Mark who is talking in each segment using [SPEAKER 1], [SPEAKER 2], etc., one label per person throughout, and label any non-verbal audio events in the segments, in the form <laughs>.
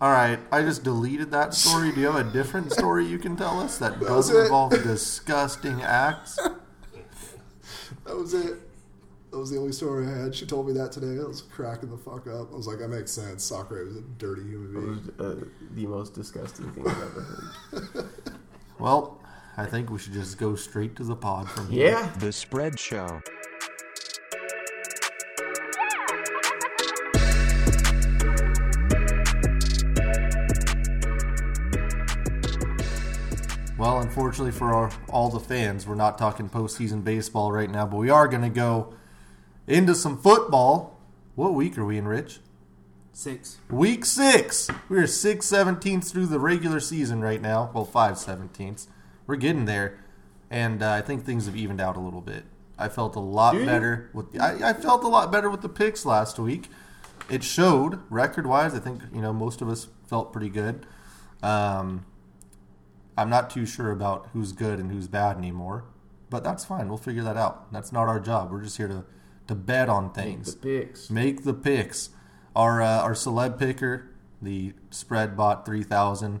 [SPEAKER 1] All right, I just deleted that story. Do you have a different story you can tell us that
[SPEAKER 2] was
[SPEAKER 1] doesn't
[SPEAKER 2] it.
[SPEAKER 1] involve disgusting acts?
[SPEAKER 2] That was it. That was the only story I had. She told me that today. I was cracking the fuck up. I was like, that makes sense. Soccer was a dirty human
[SPEAKER 3] It
[SPEAKER 2] being.
[SPEAKER 3] was uh, the most disgusting thing I've ever heard.
[SPEAKER 1] Well, I think we should just go straight to the pod from here.
[SPEAKER 3] Yeah.
[SPEAKER 4] The Spread Show.
[SPEAKER 1] Well, unfortunately for our, all the fans, we're not talking postseason baseball right now, but we are going to go into some football. What week are we in, Rich?
[SPEAKER 5] Six.
[SPEAKER 1] Week six. We are six seventeenths through the regular season right now. Well, five seventeenths. We're getting there, and uh, I think things have evened out a little bit. I felt a lot
[SPEAKER 3] you?
[SPEAKER 1] better with I, I felt a lot better with the picks last week. It showed record wise. I think you know most of us felt pretty good. Um, I'm not too sure about who's good and who's bad anymore, but that's fine. We'll figure that out. That's not our job. We're just here to to bet on
[SPEAKER 3] The
[SPEAKER 1] things.
[SPEAKER 3] picks.
[SPEAKER 1] Make the picks. Our uh, our celeb picker, the Spreadbot 3000,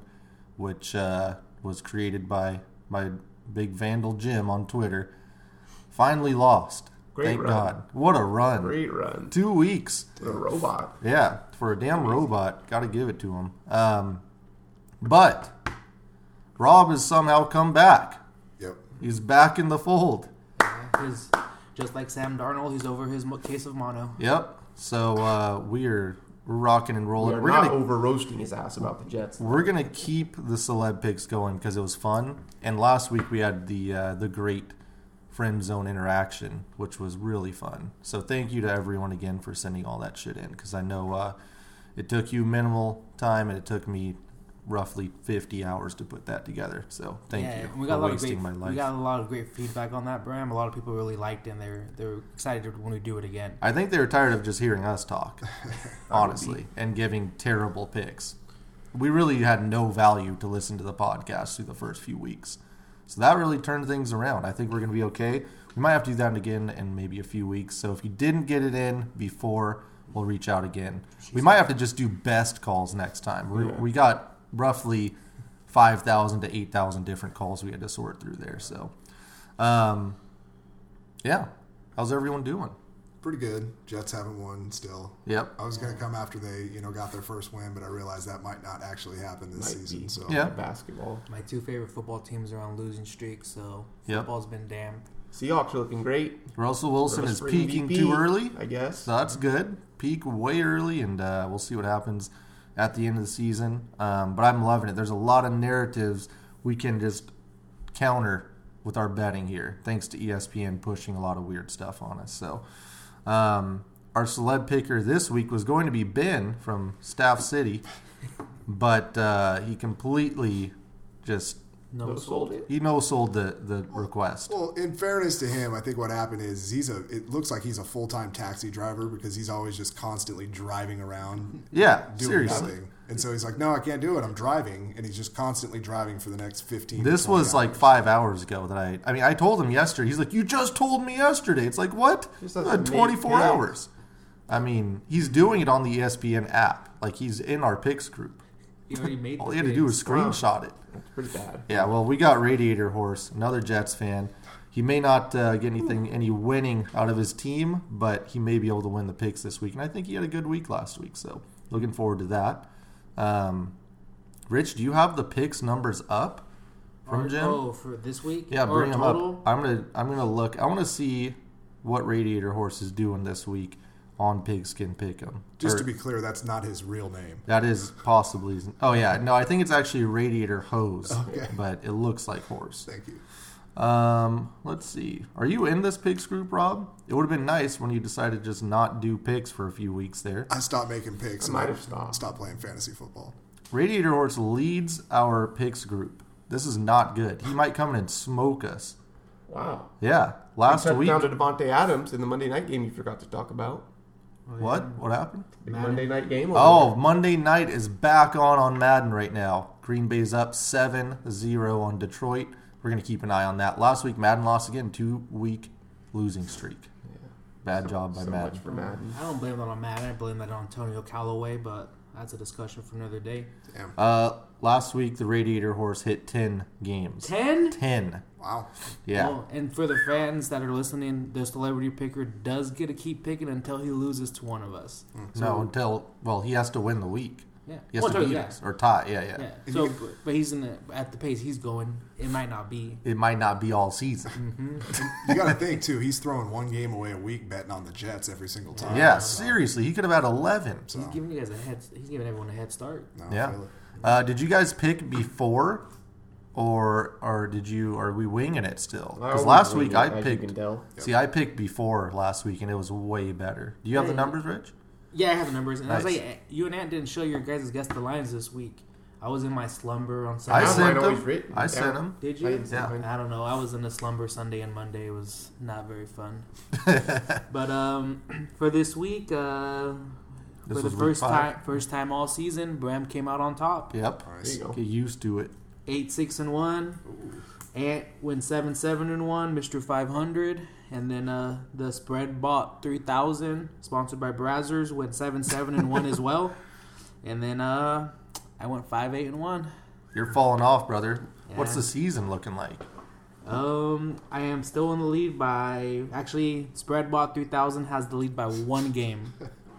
[SPEAKER 1] which uh, was created by my big vandal Jim on Twitter, finally lost.
[SPEAKER 3] Great
[SPEAKER 1] Thank
[SPEAKER 3] run.
[SPEAKER 1] God! What a run!
[SPEAKER 3] Great run.
[SPEAKER 1] Two weeks.
[SPEAKER 3] A robot.
[SPEAKER 1] Yeah, for a damn robot, got to give it to him. Um, but Rob has somehow come back.
[SPEAKER 2] Yep.
[SPEAKER 1] He's back in the fold.
[SPEAKER 5] Because just like Sam Darnold, he's over his mo- case of mono.
[SPEAKER 1] Yep. So uh, we're we're rocking and rolling.
[SPEAKER 3] We're,
[SPEAKER 1] We're
[SPEAKER 3] not
[SPEAKER 1] gonna-
[SPEAKER 3] over roasting his ass about the Jets.
[SPEAKER 1] We're gonna keep the celeb picks going because it was fun. And last week we had the uh, the great friend zone interaction, which was really fun. So thank you to everyone again for sending all that shit in because I know uh, it took you minimal time and it took me roughly 50 hours to put that together. So thank
[SPEAKER 5] Yeah,
[SPEAKER 1] you
[SPEAKER 5] We got, a
[SPEAKER 1] for
[SPEAKER 5] lot of
[SPEAKER 1] wasting
[SPEAKER 5] great,
[SPEAKER 1] my life.
[SPEAKER 5] we got a lot of great feedback on that, Bram. A lot of people really liked it, and they're, they're excited when we do it again.
[SPEAKER 1] I think they were tired of just hearing us talk, honestly, and giving terrible picks. We really had no value to listen to the podcast through the first few weeks. So that really turned things around. I think we're going to be okay. We might have to do that again in maybe a few weeks. So if you didn't get it in before, we'll reach out again. We might have to just do best calls next time. We, we got roughly 5,000 to 8,000 different calls we had to sort through there. So, um, yeah. How's everyone doing?
[SPEAKER 2] Pretty good. Jets haven't won still.
[SPEAKER 1] Yep.
[SPEAKER 2] I was gonna come after they, you know, got their first win, but I realized that might not actually happen this
[SPEAKER 3] Might
[SPEAKER 2] season.
[SPEAKER 3] be.
[SPEAKER 2] So
[SPEAKER 1] Yeah.
[SPEAKER 3] Basketball.
[SPEAKER 5] My two favorite football teams are on losing streaks, so
[SPEAKER 1] Yep.
[SPEAKER 5] football's been damned.
[SPEAKER 3] Seahawks are looking great.
[SPEAKER 1] Russell Wilson
[SPEAKER 3] Russ
[SPEAKER 1] is
[SPEAKER 3] for
[SPEAKER 1] peaking
[SPEAKER 3] MVP,
[SPEAKER 1] too early.
[SPEAKER 3] I guess.
[SPEAKER 1] So that's good. Peak way early, and uh, we'll see what happens at the end of the season. Um, but I'm loving it. There's a lot of narratives we can just counter with our betting here, thanks to E ESPN pushing a lot of weird stuff on us. So um, our celeb picker this week was going to be Ben from Staff City, but uh, he completely just
[SPEAKER 5] No,
[SPEAKER 3] Those sold it.
[SPEAKER 1] he no sold the the request.
[SPEAKER 2] Well, in fairness to him, I think what happened is he's a. It looks like he's a full time taxi driver because he's always just constantly driving around
[SPEAKER 1] Yeah,
[SPEAKER 2] doing
[SPEAKER 1] seriously.
[SPEAKER 2] nothing. And so he's like, "No, I can't do it. I'm driving," and he's just constantly driving for the next fifteen. to
[SPEAKER 1] This
[SPEAKER 2] 20
[SPEAKER 1] was like
[SPEAKER 2] hours.
[SPEAKER 1] five hours ago that I. I mean, I told him yesterday. He's like, "You just told me yesterday." It's like what?
[SPEAKER 3] Just doesn't
[SPEAKER 1] Uh,
[SPEAKER 3] make
[SPEAKER 1] Twenty-four
[SPEAKER 3] sense.
[SPEAKER 1] hours. I mean, he's doing it on the E ESPN app. Like he's in our picks group.
[SPEAKER 5] He already made
[SPEAKER 1] All
[SPEAKER 5] the
[SPEAKER 1] he had to do
[SPEAKER 5] picks.
[SPEAKER 1] was screenshot it.
[SPEAKER 3] It's pretty bad.
[SPEAKER 1] Yeah. Well, we got Radiator Horse, another Jets fan. He may not uh, get anything, any winning out of his team, but he may be able to win the picks this week. And I think he had a good week last week, so looking forward to that. Um, Rich, do you have the picks numbers up from
[SPEAKER 5] Or-
[SPEAKER 1] Jim?
[SPEAKER 5] Oh, for this week?
[SPEAKER 1] Yeah,
[SPEAKER 5] Or
[SPEAKER 1] bring them
[SPEAKER 5] total?
[SPEAKER 1] up. I'm gonna I'm gonna look. I want to see what Radiator Horse is doing this week on Pigskin Pick'em.
[SPEAKER 2] just
[SPEAKER 1] Or-
[SPEAKER 2] to be clear, that's not his real name.
[SPEAKER 1] that is possibly. Oh yeah, no, I think it's actually Radiator Hose, but it looks like horse.
[SPEAKER 2] Thank you.
[SPEAKER 1] Um, let's see. Are you in this pigs group, Rob? It would have been nice when you decided to just not do picks for a few weeks there.
[SPEAKER 2] I stopped making picks.
[SPEAKER 3] I
[SPEAKER 2] and
[SPEAKER 3] might have stopped.
[SPEAKER 2] Stopped playing fantasy football.
[SPEAKER 1] Radiator Horse leads our picks group. This is not good. He might come in and smoke us.
[SPEAKER 3] Wow.
[SPEAKER 1] Yeah, last
[SPEAKER 3] Touchdown
[SPEAKER 1] week.
[SPEAKER 3] to Devontae Adams in the Monday night game you forgot to talk about.
[SPEAKER 1] What? What happened?
[SPEAKER 3] Big Monday night game. over
[SPEAKER 1] Oh, Monday night is back on on Madden right now. Green Bay's up 7-0 on Detroit. We're going to keep an eye on that. Last week, Madden lost again. Two-week losing streak.
[SPEAKER 3] there.
[SPEAKER 1] Bad job by
[SPEAKER 3] so
[SPEAKER 1] Madden.
[SPEAKER 3] much for Madden.
[SPEAKER 5] I don't blame that on Madden. I blame that on Antonio Callaway, but that's a discussion for another day.
[SPEAKER 2] Damn.
[SPEAKER 1] Uh, last week the Radiator Horse hit ten games.
[SPEAKER 5] Ten.
[SPEAKER 1] Ten.
[SPEAKER 2] Wow.
[SPEAKER 1] Yeah.
[SPEAKER 5] Oh, and for the fans that are listening, the celebrity picker does get to keep picking until he loses to one of us.
[SPEAKER 1] no, until well, he has to win the week.
[SPEAKER 5] Yeah.
[SPEAKER 1] He has
[SPEAKER 5] Well,
[SPEAKER 1] to
[SPEAKER 5] no,
[SPEAKER 1] beat
[SPEAKER 5] yeah.
[SPEAKER 1] us or tie. Yeah, yeah,
[SPEAKER 5] Yeah. So, but, but he's in the, at the pace he's going. It might not be.
[SPEAKER 1] It might not be all
[SPEAKER 3] Mm-hmm.
[SPEAKER 1] season. <laughs>
[SPEAKER 2] You got to think too. He's throwing one game away a week betting on the Jets every single time.
[SPEAKER 1] yeah, seriously, he could have had eleven.
[SPEAKER 5] He's giving you guys a head. He's giving everyone a head start.
[SPEAKER 2] No, I
[SPEAKER 1] Yeah.
[SPEAKER 2] feel it.
[SPEAKER 1] Uh, did you guys pick before, or or did you? Are we winging it still? Because last week I
[SPEAKER 3] As you can
[SPEAKER 1] picked.
[SPEAKER 3] tell.
[SPEAKER 1] See, I picked before last week, and it was way better. Do you have the
[SPEAKER 5] Hey.
[SPEAKER 1] numbers, Rich?
[SPEAKER 5] Yeah, I have the numbers, and I was
[SPEAKER 1] Nice.
[SPEAKER 5] like, eh, you and Ant didn't show your guys' guess the lines this week. I was in my slumber on
[SPEAKER 1] I
[SPEAKER 5] Sunday.
[SPEAKER 3] mine
[SPEAKER 1] sent
[SPEAKER 3] always
[SPEAKER 1] them.
[SPEAKER 3] written
[SPEAKER 1] I sent
[SPEAKER 3] down.
[SPEAKER 1] them.
[SPEAKER 5] Did
[SPEAKER 3] I
[SPEAKER 5] you?
[SPEAKER 3] didn't see Yeah. mine.
[SPEAKER 5] I don't know. I was in a slumber Sunday and Monday. It was not
[SPEAKER 1] <laughs>
[SPEAKER 5] very fun. but um, <clears throat> for this week, uh,
[SPEAKER 1] This
[SPEAKER 5] for the
[SPEAKER 1] was week
[SPEAKER 5] first
[SPEAKER 1] five.
[SPEAKER 5] time, first time all season, Bram came out on top.
[SPEAKER 1] Yep.
[SPEAKER 2] Nice.
[SPEAKER 3] There you go.
[SPEAKER 1] Get used to it.
[SPEAKER 5] Eight six and one. Ant went seven seven and one. Mister five hundred, and then uh, the spread bought three thousand. Sponsored by Brazzers went seven seven
[SPEAKER 1] <laughs>
[SPEAKER 5] and one as well. And then uh, I went five eight and one.
[SPEAKER 1] You're falling off, brother. What's
[SPEAKER 5] Yeah.
[SPEAKER 1] the season looking like?
[SPEAKER 5] Um, I am still in the lead by actually Spreadbot 3000 has the lead by one game,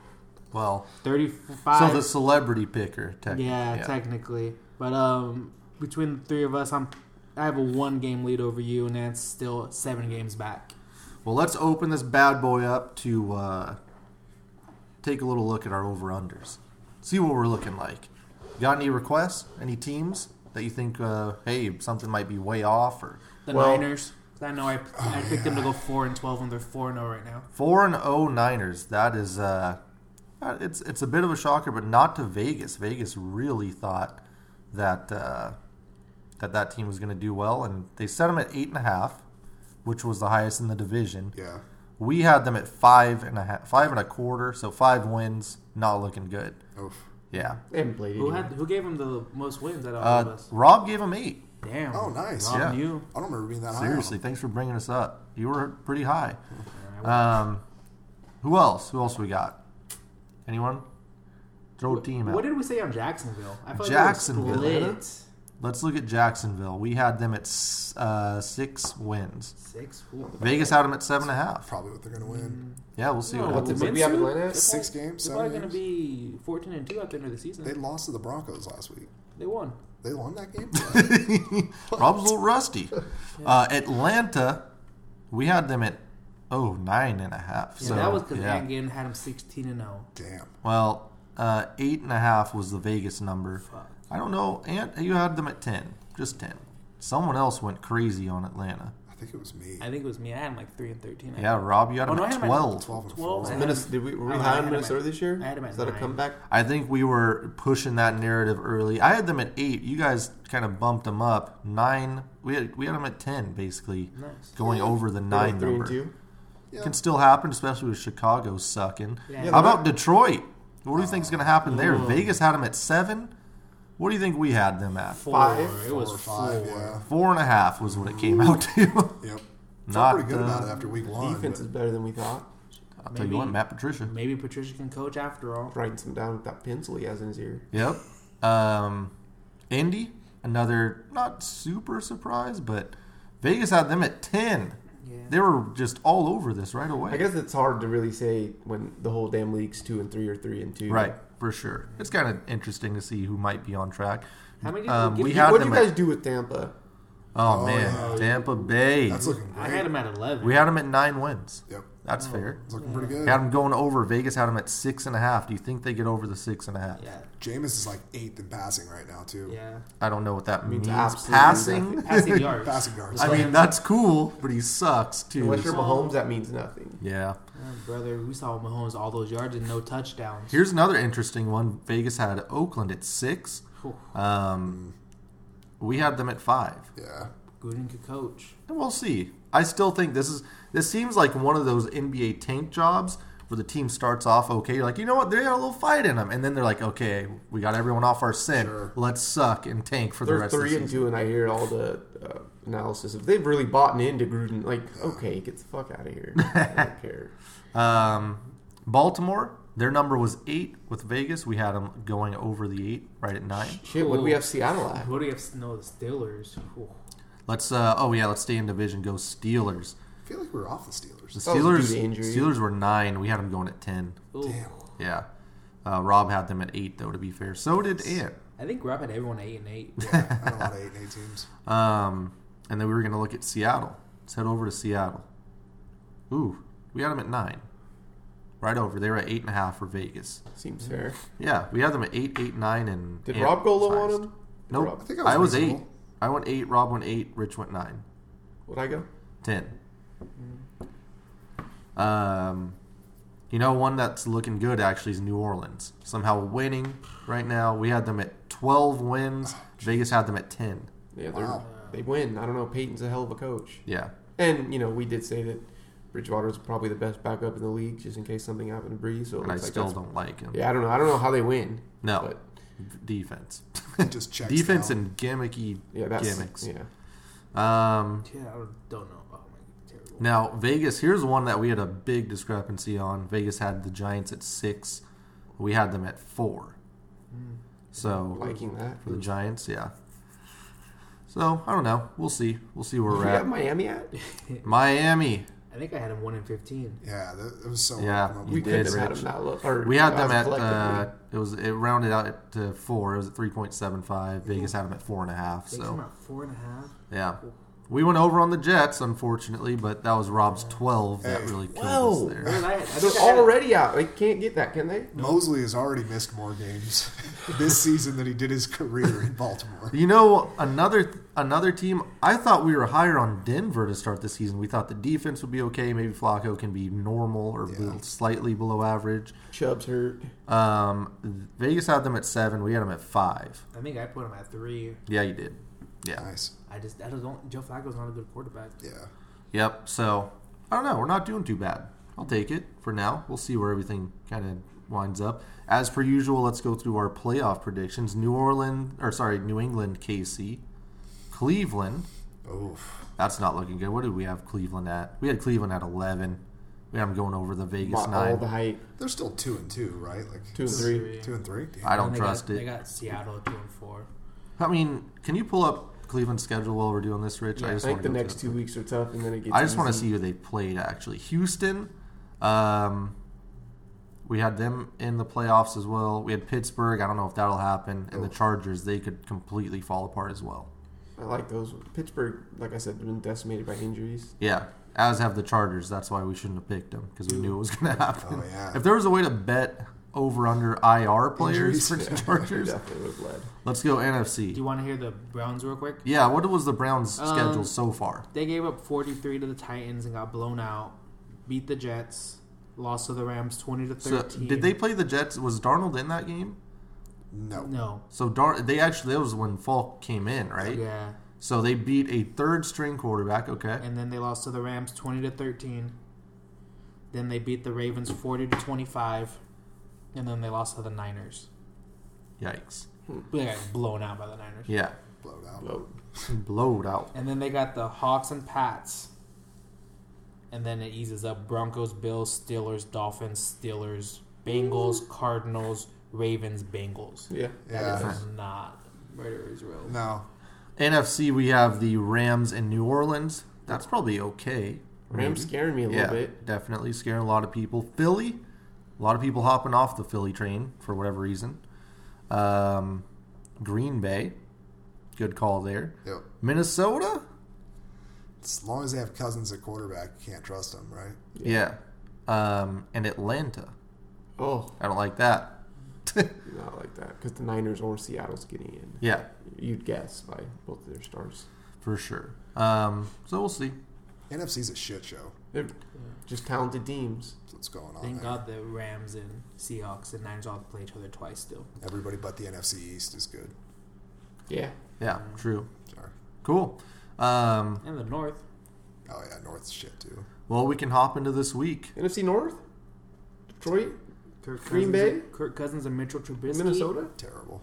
[SPEAKER 1] <laughs> Well,
[SPEAKER 5] 35.
[SPEAKER 1] so the celebrity picker, technically.
[SPEAKER 5] yeah, technically, but um, between the three of us, I'm I have a one game lead over you, and that's still seven games back.
[SPEAKER 1] Well, let's open this bad boy up to uh, take a little look at our over unders. See what we're looking like. Got any requests? Any teams that you think, uh, hey, something might be way off? Or
[SPEAKER 5] The
[SPEAKER 3] Well-
[SPEAKER 5] Niners. I know I, I picked them to go four and twelve, and they're four and zero right now.
[SPEAKER 1] four and oh Niners. That is, uh, uh, it's it's a bit of a shocker, but not to Vegas. Vegas really thought that uh, that that team was going to do well, and they set them at eight and a half, which was the highest in the division.
[SPEAKER 2] Yeah.
[SPEAKER 1] We had them at five and a half, five and a quarter, so five wins, not looking good.
[SPEAKER 2] Oof.
[SPEAKER 1] Yeah.
[SPEAKER 3] They haven't played
[SPEAKER 5] Who
[SPEAKER 3] anyone.
[SPEAKER 5] had who gave them the most wins out of all of
[SPEAKER 1] Uh,
[SPEAKER 5] us?
[SPEAKER 1] Rob gave them eight.
[SPEAKER 5] Damn.
[SPEAKER 2] Oh, nice.
[SPEAKER 5] Rob
[SPEAKER 1] Yeah.
[SPEAKER 5] knew.
[SPEAKER 2] I don't remember being that high. on
[SPEAKER 1] Seriously,
[SPEAKER 2] him.
[SPEAKER 1] thanks for bringing us up. You were pretty
[SPEAKER 5] <laughs>
[SPEAKER 1] high. Um, who else? Who else we got? Anyone? Throw a team out.
[SPEAKER 5] What did we say on Jacksonville? I felt
[SPEAKER 1] Jacksonville.
[SPEAKER 5] Like they were split.
[SPEAKER 1] Let's look at Jacksonville. We had them at s- uh, six wins.
[SPEAKER 5] Six. Ooh.
[SPEAKER 1] Vegas had them at seven and a half.
[SPEAKER 2] Probably what they're gonna
[SPEAKER 5] Mm.
[SPEAKER 2] win.
[SPEAKER 1] Yeah, we'll see.
[SPEAKER 5] No,
[SPEAKER 1] what
[SPEAKER 3] What's it?
[SPEAKER 1] happens.
[SPEAKER 3] What do we have
[SPEAKER 5] Minsu?
[SPEAKER 3] Atlanta at?
[SPEAKER 2] Six games,
[SPEAKER 5] They're probably
[SPEAKER 2] seven
[SPEAKER 5] going to
[SPEAKER 2] games.
[SPEAKER 5] be 14 and 2 at the end of the season.
[SPEAKER 2] They
[SPEAKER 5] They,
[SPEAKER 2] lost to the Broncos last week.
[SPEAKER 5] won.
[SPEAKER 2] They won
[SPEAKER 1] <laughs>
[SPEAKER 2] that game.
[SPEAKER 1] Rob's a little rusty. Uh, Atlanta, we had them at oh nine and a half.
[SPEAKER 5] Yeah,
[SPEAKER 1] so
[SPEAKER 5] that was because
[SPEAKER 1] yeah.
[SPEAKER 5] that game had them 16 and oh. 0.
[SPEAKER 2] Damn.
[SPEAKER 1] Well, uh, eight and a half was the Vegas number.
[SPEAKER 5] Fuck.
[SPEAKER 1] I don't know, Ant. You had them at ten, just ten. Someone else went crazy on Atlanta.
[SPEAKER 2] I think it was me.
[SPEAKER 5] I think it was me. I had 'em like 3 and 13. I
[SPEAKER 1] Yeah, Rob, you had
[SPEAKER 5] Oh,
[SPEAKER 1] them
[SPEAKER 5] no, I
[SPEAKER 1] at
[SPEAKER 5] had 'em at
[SPEAKER 1] twelve.
[SPEAKER 2] Twelve and
[SPEAKER 5] Twelve
[SPEAKER 2] four.
[SPEAKER 5] and-
[SPEAKER 3] Minnesota, did we, were we
[SPEAKER 5] I
[SPEAKER 3] high
[SPEAKER 5] had
[SPEAKER 3] on
[SPEAKER 5] him
[SPEAKER 3] Minnesota
[SPEAKER 5] at-
[SPEAKER 3] this year?
[SPEAKER 5] I had him at
[SPEAKER 3] Is that a
[SPEAKER 5] nine.
[SPEAKER 3] comeback?
[SPEAKER 1] I think we were pushing that narrative early. I had them at eight. You guys kind of bumped them up. Nine. We had we had them at ten, basically,
[SPEAKER 5] Nice.
[SPEAKER 1] going over the
[SPEAKER 3] They went
[SPEAKER 1] nine
[SPEAKER 3] three
[SPEAKER 1] number.
[SPEAKER 3] and two.
[SPEAKER 2] Yeah.
[SPEAKER 1] Can still happen, especially with Chicago sucking.
[SPEAKER 5] Yeah.
[SPEAKER 1] How about Detroit? What do you think's going to happen there?
[SPEAKER 5] Ooh.
[SPEAKER 1] Vegas had them at seven. What do you think we had them at?
[SPEAKER 5] Four.
[SPEAKER 3] Five,
[SPEAKER 5] it was
[SPEAKER 2] Four or five.
[SPEAKER 5] four.
[SPEAKER 2] Yeah.
[SPEAKER 1] Four and a half was what it came out <laughs> to.
[SPEAKER 2] Yep.
[SPEAKER 1] Not,
[SPEAKER 2] Felt pretty good
[SPEAKER 1] uh,
[SPEAKER 2] about it after week one.
[SPEAKER 3] Defense is
[SPEAKER 2] but-
[SPEAKER 3] better than we thought.
[SPEAKER 1] I'll tell you
[SPEAKER 5] Maybe-
[SPEAKER 1] what, Matt Patricia.
[SPEAKER 5] Maybe Patricia can coach after all.
[SPEAKER 3] Writing some down with that pencil he has in his ear.
[SPEAKER 1] Yep. Um, Indy, another not super surprise, but Vegas had them at ten.
[SPEAKER 5] Yeah.
[SPEAKER 1] They were just all over this right away.
[SPEAKER 3] I guess it's hard to really say when the whole damn league's two and three or three and two.
[SPEAKER 1] right for sure. It's kind of interesting to see who might be on track.
[SPEAKER 5] How many did
[SPEAKER 1] Um,
[SPEAKER 5] we
[SPEAKER 1] we
[SPEAKER 5] give?
[SPEAKER 1] had
[SPEAKER 3] What do
[SPEAKER 1] them.
[SPEAKER 3] you guys
[SPEAKER 1] at,
[SPEAKER 3] do with Tampa?
[SPEAKER 1] oh,
[SPEAKER 2] Oh,
[SPEAKER 1] man,
[SPEAKER 2] yeah.
[SPEAKER 1] Tampa Bay.
[SPEAKER 2] That's looking great.
[SPEAKER 5] I had him at 11.
[SPEAKER 1] we had them at nine wins.
[SPEAKER 2] Yep.
[SPEAKER 1] That's fair.
[SPEAKER 2] It's looking pretty good.
[SPEAKER 1] Had them going over. Vegas had them at six and a half. Do you think they get over the six and a half?
[SPEAKER 5] yeah.
[SPEAKER 2] Jameis is like eighth in passing right now too.
[SPEAKER 5] Yeah.
[SPEAKER 1] I don't know what that means.
[SPEAKER 3] Means absolutely
[SPEAKER 1] Passing.
[SPEAKER 3] nothing.
[SPEAKER 1] <laughs>
[SPEAKER 5] Passing yards.
[SPEAKER 2] Passing yards.
[SPEAKER 1] I mean,
[SPEAKER 5] Rams-
[SPEAKER 1] that's cool, but he sucks too.
[SPEAKER 3] Unless you're
[SPEAKER 1] so-
[SPEAKER 3] Mahomes, that means nothing.
[SPEAKER 1] yeah.
[SPEAKER 5] Oh, brother, we saw Mahomes all those yards and no touchdowns.
[SPEAKER 1] Here's another interesting one. Vegas had Oakland at six.
[SPEAKER 5] Whew.
[SPEAKER 1] Um, we had them at five.
[SPEAKER 2] Yeah.
[SPEAKER 5] Gooden could coach.
[SPEAKER 1] And we'll see. I still think this is this seems like one of those NBA tank jobs where the team starts off okay. You're like, you know what? They got a little fight in them, and then they're like, okay, we got everyone off our scent.
[SPEAKER 2] Sure.
[SPEAKER 1] Let's suck and tank for the
[SPEAKER 3] They're
[SPEAKER 1] rest of
[SPEAKER 3] three
[SPEAKER 1] the
[SPEAKER 3] and
[SPEAKER 1] season.
[SPEAKER 3] two, and I hear all the uh, analysis of they've really bought into Gruden.
[SPEAKER 1] <laughs>
[SPEAKER 3] Like, okay, get the fuck out of here. I don't care.
[SPEAKER 1] Um, Baltimore Their number was eight with Vegas. We had them going over the eight, right at nine.
[SPEAKER 3] Shit, what do we have Seattle at?
[SPEAKER 5] What do you have? No, the Steelers. Ooh.
[SPEAKER 1] Let's. Uh, oh yeah, let's stay in division. Go Steelers.
[SPEAKER 2] I feel like we're off the
[SPEAKER 1] The <laughs>
[SPEAKER 2] Steelers.
[SPEAKER 3] That was
[SPEAKER 1] Steelers.
[SPEAKER 3] due to injury.
[SPEAKER 1] Steelers were nine. We had them going at ten.
[SPEAKER 5] Ooh.
[SPEAKER 2] Damn.
[SPEAKER 1] Yeah. Uh, Rob had them at eight, though. To be fair, so did Ant.
[SPEAKER 5] I think Rob had everyone eight and eight. Uh,
[SPEAKER 2] I had a lot of eight and eight teams.
[SPEAKER 1] Um, and then we were going to look at Seattle. Let's head over to Seattle. Ooh, we had them at nine. Right over. They were at eight and a half for Vegas.
[SPEAKER 3] Seems fair.
[SPEAKER 1] Yeah, we had them at eight, eight, nine, and
[SPEAKER 3] Did
[SPEAKER 1] Ant
[SPEAKER 3] Rob go low
[SPEAKER 1] sized.
[SPEAKER 3] on him? Did
[SPEAKER 1] Nope.
[SPEAKER 3] Rob-
[SPEAKER 2] I
[SPEAKER 1] I,
[SPEAKER 2] think I
[SPEAKER 1] was,
[SPEAKER 2] was
[SPEAKER 1] eight.
[SPEAKER 2] reasonable.
[SPEAKER 1] I went eight. Rob went eight. Rich went nine.
[SPEAKER 3] Would I go?
[SPEAKER 1] Ten.
[SPEAKER 3] Mm-hmm.
[SPEAKER 1] Um, you know, one that's looking good actually is New Orleans. Somehow winning right now. We had them at twelve wins.
[SPEAKER 3] Oh,
[SPEAKER 1] Vegas had them at ten.
[SPEAKER 3] Yeah, they're,
[SPEAKER 2] Wow.
[SPEAKER 3] they win. I don't know. Peyton's a hell of a coach.
[SPEAKER 1] Yeah,
[SPEAKER 3] And, you know, we did say that Bridgewater's probably the best backup in the league just in case something happened to Breeze. So it
[SPEAKER 1] and I
[SPEAKER 3] looks like
[SPEAKER 1] still
[SPEAKER 3] that's-
[SPEAKER 1] don't like him.
[SPEAKER 3] Yeah, I don't know. I don't know how they win.
[SPEAKER 1] No.
[SPEAKER 3] But,
[SPEAKER 1] defense.
[SPEAKER 2] It just checks
[SPEAKER 1] defense
[SPEAKER 2] down.
[SPEAKER 1] and gimmicky
[SPEAKER 3] yeah, that's.
[SPEAKER 1] gimmicks.
[SPEAKER 3] Yeah.
[SPEAKER 1] Um,
[SPEAKER 5] Yeah, I don't- don't know. Oh my, terrible.
[SPEAKER 1] now Vegas. Here's one that we had a big discrepancy on. Vegas had the Giants at six. We had them at four.
[SPEAKER 5] Hmm.
[SPEAKER 1] So
[SPEAKER 3] Liking that.
[SPEAKER 1] Oh, for the Giants, yeah. So I don't know. We'll see. We'll see where
[SPEAKER 3] Where
[SPEAKER 1] we're
[SPEAKER 3] you got
[SPEAKER 1] at.
[SPEAKER 3] Miami at?
[SPEAKER 1] Miami.
[SPEAKER 5] I think I had him one in fifteen.
[SPEAKER 2] Yeah, that, that was so.
[SPEAKER 1] Yeah.
[SPEAKER 2] wrong.
[SPEAKER 3] We
[SPEAKER 1] did,
[SPEAKER 3] could have had
[SPEAKER 1] Rich.
[SPEAKER 3] them that low. or
[SPEAKER 1] We had
[SPEAKER 3] as
[SPEAKER 1] them
[SPEAKER 3] a
[SPEAKER 1] at
[SPEAKER 3] collective,
[SPEAKER 1] uh, it was it rounded out to four. It was at three point seven five. Vegas had them at four and a half.
[SPEAKER 5] They came
[SPEAKER 1] So
[SPEAKER 5] out four and a half.
[SPEAKER 1] yeah, we went over on the Jets unfortunately, but that was Rob's twelve that
[SPEAKER 2] Hey.
[SPEAKER 1] really killed
[SPEAKER 3] Whoa.
[SPEAKER 1] us there.
[SPEAKER 5] Where was I at? I
[SPEAKER 3] They're
[SPEAKER 5] think I had-
[SPEAKER 3] already out. They can't get that, can they?
[SPEAKER 2] <laughs> Mosley has already missed more games <laughs> this season than he did his career in Baltimore.
[SPEAKER 1] You know, another another team. I thought we were higher on Denver to start the season. We thought the defense would be okay. Maybe Flacco can be normal or
[SPEAKER 2] Yeah.
[SPEAKER 1] be slightly below average.
[SPEAKER 3] Chubb's hurt.
[SPEAKER 1] Um, Vegas had them at seven. We had them at five.
[SPEAKER 5] I think I put him at three.
[SPEAKER 1] Yeah, you did. Yeah.
[SPEAKER 2] Nice.
[SPEAKER 5] I just I just don't. Joe Flacco's not a good quarterback.
[SPEAKER 2] Yeah.
[SPEAKER 1] Yep. So I don't know. We're not doing too bad. I'll take it for now. We'll see where everything kind of winds up. As per usual, let's go through our playoff predictions. New Orleans, or sorry, New England, KC, Cleveland.
[SPEAKER 2] Oof.
[SPEAKER 1] That's not looking good. What did we have Cleveland at? We had Cleveland at 11. We have them going over the Vegas
[SPEAKER 3] Bought all
[SPEAKER 1] 9.
[SPEAKER 3] the hype.
[SPEAKER 2] They're still two and two, right? Like
[SPEAKER 3] Two and three.
[SPEAKER 2] Two and three. Damn.
[SPEAKER 1] I don't
[SPEAKER 5] And they
[SPEAKER 1] trust
[SPEAKER 5] got,
[SPEAKER 1] it.
[SPEAKER 5] They got Seattle at two and four.
[SPEAKER 1] I mean, can you pull up Cleveland's schedule while we're doing this, Rich?
[SPEAKER 5] Yeah, I
[SPEAKER 3] I
[SPEAKER 1] wanna
[SPEAKER 3] think the
[SPEAKER 1] go through
[SPEAKER 3] next
[SPEAKER 1] it.
[SPEAKER 3] two weeks are tough, and then it gets.
[SPEAKER 1] I just want to
[SPEAKER 3] easy.
[SPEAKER 1] see who they played, actually. Houston. Um, we had them in the playoffs as well. We had Pittsburgh. I don't know if that'll happen. And the Chargers, they could completely fall apart as well.
[SPEAKER 3] I like those. Pittsburgh, like I said, been decimated by injuries.
[SPEAKER 1] Yeah, as have the Chargers. That's why we shouldn't have picked them because we knew it was going to <laughs> happen.
[SPEAKER 2] Oh, yeah.
[SPEAKER 1] If there was a way to bet over under IR players for the
[SPEAKER 2] Injuries.
[SPEAKER 3] They
[SPEAKER 1] Chargers,
[SPEAKER 3] definitely would have led.
[SPEAKER 1] let's go
[SPEAKER 5] Do
[SPEAKER 1] NFC.
[SPEAKER 5] you want to hear the Browns real quick?
[SPEAKER 1] Yeah, what was the Browns'
[SPEAKER 5] Um,
[SPEAKER 1] schedule so far?
[SPEAKER 5] They gave up 43 to the Titans and got blown out. Beat the Jets. Lost to the Rams 20 to
[SPEAKER 1] So
[SPEAKER 5] 13.
[SPEAKER 1] did they play the Jets? Was Darnold in that game?
[SPEAKER 2] No.
[SPEAKER 5] No.
[SPEAKER 1] So Dar- they actually that was when Falk came in, right?
[SPEAKER 5] Yeah.
[SPEAKER 1] So they beat a third string quarterback. Okay.
[SPEAKER 5] And then they lost to the Rams 20 to 13. Then they beat the Ravens 40 to 25. And then they lost to the Niners.
[SPEAKER 1] Yikes.
[SPEAKER 5] They got blown out by the Niners.
[SPEAKER 1] Yeah.
[SPEAKER 2] Blowed out.
[SPEAKER 3] Well,
[SPEAKER 1] Blowed out.
[SPEAKER 5] And then they got the Hawks and Pats. And then it eases up Broncos, Bills, Steelers, Dolphins, Steelers, Bengals, Cardinals, Ravens, Bengals.
[SPEAKER 3] yeah.
[SPEAKER 5] That
[SPEAKER 2] Yeah.
[SPEAKER 5] is not Murder Israel.
[SPEAKER 2] No.
[SPEAKER 1] NFC we have the Rams and New Orleans. That's probably okay.
[SPEAKER 3] Rams scaring me a
[SPEAKER 1] Yeah,
[SPEAKER 3] little bit.
[SPEAKER 1] definitely scaring a lot of people. Philly, a lot of people hopping off the Philly train for whatever reason. Um, Green Bay, good call there.
[SPEAKER 2] Yep.
[SPEAKER 1] Minnesota,
[SPEAKER 2] As long as they have cousins at quarterback, you can't trust them, right?
[SPEAKER 1] yeah, um, and Atlanta.
[SPEAKER 3] Oh,
[SPEAKER 1] I don't like that.
[SPEAKER 3] not like that because the Niners or Seattle's getting in.
[SPEAKER 1] yeah,
[SPEAKER 3] You'd guess by both of their stars.
[SPEAKER 1] for sure. Um, so we'll see.
[SPEAKER 2] NFC's a shit show.
[SPEAKER 3] They're just talented teams.
[SPEAKER 2] That's what's going on.
[SPEAKER 5] Thank
[SPEAKER 2] there.
[SPEAKER 5] God the Rams and Seahawks and Niners all play each other twice still.
[SPEAKER 2] Everybody but the NFC East is good.
[SPEAKER 3] Yeah.
[SPEAKER 1] Yeah, true.
[SPEAKER 2] Sorry.
[SPEAKER 1] Cool. Um,
[SPEAKER 5] And the North.
[SPEAKER 2] Oh yeah, North's shit too.
[SPEAKER 1] well, we can hop into this week.
[SPEAKER 3] NFC North, Detroit,
[SPEAKER 5] Kirk
[SPEAKER 3] Green
[SPEAKER 5] Cousins-
[SPEAKER 3] Bay?
[SPEAKER 5] Kirk Cousins and Mitchell Trubisky.
[SPEAKER 3] Minnesota.
[SPEAKER 2] Terrible.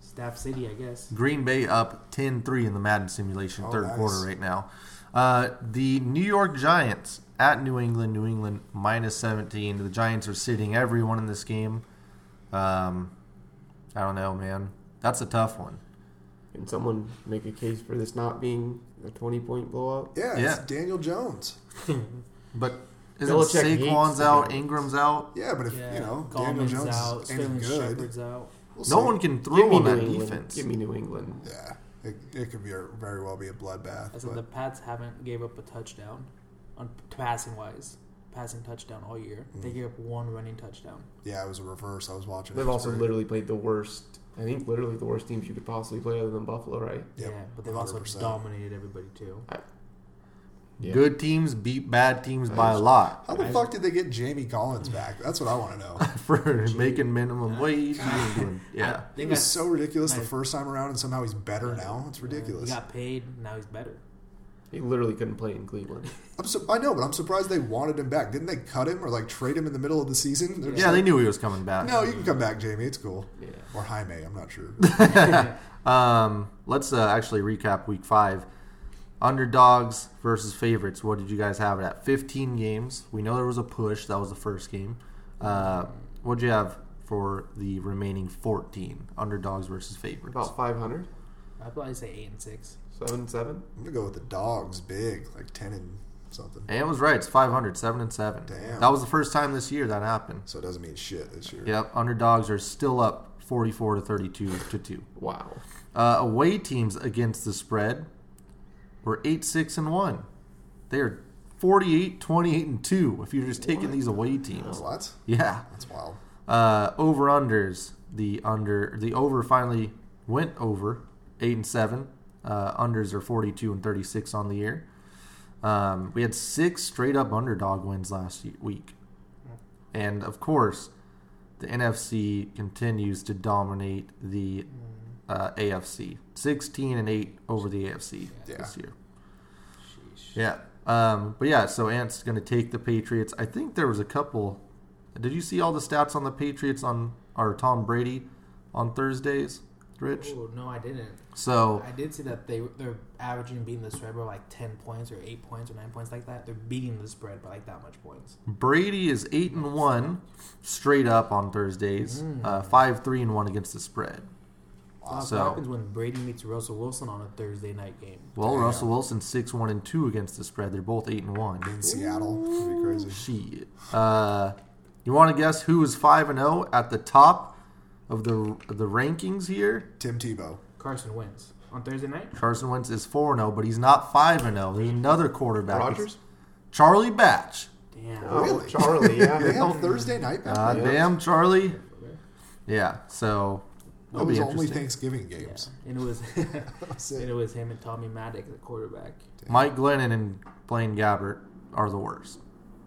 [SPEAKER 5] Staff City, I guess.
[SPEAKER 1] Green Bay up 10-3 in the Madden simulation
[SPEAKER 2] Oh,
[SPEAKER 1] third
[SPEAKER 2] nice.
[SPEAKER 1] quarter right now. Uh, the New York Giants at New England. New England minus 17. The Giants are sitting everyone in this game. Um, I don't know, man. That's a tough one.
[SPEAKER 3] Can someone make a case for this not being a 20 point blowout?
[SPEAKER 2] Yeah,
[SPEAKER 1] Yeah.
[SPEAKER 2] it's Daniel Jones.
[SPEAKER 1] But isn't
[SPEAKER 3] Belichick hates
[SPEAKER 1] Saquon's
[SPEAKER 3] the
[SPEAKER 1] out?
[SPEAKER 3] Giants.
[SPEAKER 1] Ingram's out.
[SPEAKER 2] Yeah, but if you know Daniel
[SPEAKER 5] Gallman's
[SPEAKER 2] Jones
[SPEAKER 5] out,
[SPEAKER 2] is any
[SPEAKER 5] Sterling
[SPEAKER 2] good,
[SPEAKER 5] Shepard's out.
[SPEAKER 2] we'll
[SPEAKER 1] No
[SPEAKER 2] see.
[SPEAKER 1] one can
[SPEAKER 3] Give
[SPEAKER 1] throw
[SPEAKER 3] me
[SPEAKER 1] on
[SPEAKER 3] New
[SPEAKER 1] that
[SPEAKER 3] England.
[SPEAKER 1] defense.
[SPEAKER 3] Give me New England.
[SPEAKER 2] Yeah, it, it could be a, very well be a bloodbath.
[SPEAKER 5] I said
[SPEAKER 2] but-
[SPEAKER 5] the Pats haven't gave up a touchdown on passing wise, passing touchdown all year.
[SPEAKER 2] Mm.
[SPEAKER 5] They gave up one running touchdown.
[SPEAKER 2] yeah, it was a reverse. I was watching. it.
[SPEAKER 3] They've
[SPEAKER 2] It was
[SPEAKER 3] also
[SPEAKER 2] great.
[SPEAKER 3] literally played the worst. I think literally the worst teams you could possibly play other than Buffalo, right?
[SPEAKER 2] Yep,
[SPEAKER 5] yeah, but they've also
[SPEAKER 2] 100%.
[SPEAKER 5] dominated everybody too.
[SPEAKER 3] Yeah.
[SPEAKER 1] Good teams beat bad teams by a lot <laughs>
[SPEAKER 2] How the fuck did they get Jamie Collins back? That's what I want to know.
[SPEAKER 1] for making minimum wage. and
[SPEAKER 3] <laughs>
[SPEAKER 1] doing- Yeah.
[SPEAKER 5] I
[SPEAKER 2] It
[SPEAKER 5] think
[SPEAKER 2] was
[SPEAKER 5] I-
[SPEAKER 2] so ridiculous the
[SPEAKER 5] I-
[SPEAKER 2] first time around, and somehow he's better now. It's ridiculous.
[SPEAKER 5] He got paid. Now he's better.
[SPEAKER 3] He literally couldn't play in Cleveland.
[SPEAKER 2] I'm su- I know, but I'm surprised they wanted him back. Didn't they cut him or like trade him in the middle of the season? They're just
[SPEAKER 1] Yeah,
[SPEAKER 2] like,
[SPEAKER 1] they knew he was coming back.
[SPEAKER 2] no, you can come back, Jamie. It's cool.
[SPEAKER 3] Yeah.
[SPEAKER 2] Or Jaime, I'm
[SPEAKER 1] <laughs>
[SPEAKER 2] not sure.
[SPEAKER 1] Um, let's uh, actually recap week five. Underdogs versus favorites. What did you guys have it at? 15 games. We know there was a push. That was the first game. Uh, what'd you have for the remaining 14? Underdogs versus favorites.
[SPEAKER 3] About 500,
[SPEAKER 5] I'd probably say eight and six.
[SPEAKER 3] 7 7.
[SPEAKER 2] I'm gonna go with the dogs, big, like ten and something.
[SPEAKER 1] And it was right. It's 500, 7 and 7.
[SPEAKER 2] Damn.
[SPEAKER 1] That was the first time this year that happened.
[SPEAKER 2] So it doesn't mean shit this year.
[SPEAKER 1] Yep. Underdogs are still up 44 to 32 to 2.
[SPEAKER 3] Wow.
[SPEAKER 1] Uh, away teams against the spread were 8 6 and 1. They are 48 28 and 2 if you're just taking these away teams.
[SPEAKER 2] What?
[SPEAKER 1] Yeah.
[SPEAKER 2] That's wild.
[SPEAKER 1] Uh, over unders, the under the over finally went over 8 and 7. Uh, unders are 42 and 36 on the year. Um, we had six straight up underdog wins last ye- week. And of course, the NFC continues to dominate the uh, AFC. 16 and 8 over the AFC
[SPEAKER 2] Yeah.
[SPEAKER 1] this year.
[SPEAKER 5] Sheesh.
[SPEAKER 1] Yeah. Um, but yeah, so Ant's going to take the Patriots. I think there was a couple. Did you see all the stats on the Patriots on or Tom Brady on Thursdays, Rich?
[SPEAKER 5] Oh no, I didn't.
[SPEAKER 1] So
[SPEAKER 5] I did see that they they're averaging beating the spread by like ten points or eight points or nine points like that. They're beating the spread by like that much points.
[SPEAKER 1] Brady is eight and one straight up on Thursdays. Uh, Five three and one against the spread.
[SPEAKER 5] That's
[SPEAKER 1] So-
[SPEAKER 5] what happens when Brady meets Russell Wilson on a Thursday night game.
[SPEAKER 1] Well,
[SPEAKER 2] Damn.
[SPEAKER 1] Russell Wilson six one and two against the spread. They're both eight and one.
[SPEAKER 2] In Seattle, that'd be crazy.
[SPEAKER 1] Shit. Uh, you want to guess who is five and zero at the top of the of the rankings here?
[SPEAKER 2] Tim Tebow.
[SPEAKER 5] Carson wins on Thursday night.
[SPEAKER 1] Carson Wentz is 4 0, but he's not 5 0. There's another quarterback.
[SPEAKER 3] Rodgers?
[SPEAKER 1] Charlie Batch.
[SPEAKER 5] Damn.
[SPEAKER 3] Oh,
[SPEAKER 2] Really?
[SPEAKER 3] Charlie, yeah. <laughs>
[SPEAKER 2] They have Thursday night back.
[SPEAKER 1] God Uh, damn, Charlie. Yeah, so
[SPEAKER 2] that
[SPEAKER 1] that'll be
[SPEAKER 2] was only
[SPEAKER 1] interesting.
[SPEAKER 2] Thanksgiving
[SPEAKER 5] Yeah.
[SPEAKER 2] games.
[SPEAKER 5] And it was <laughs>
[SPEAKER 2] That's
[SPEAKER 5] and
[SPEAKER 2] it.
[SPEAKER 5] it was him and Tommy Maddock, the quarterback.
[SPEAKER 1] Mike Glennon and Blaine Gabbert are the worst.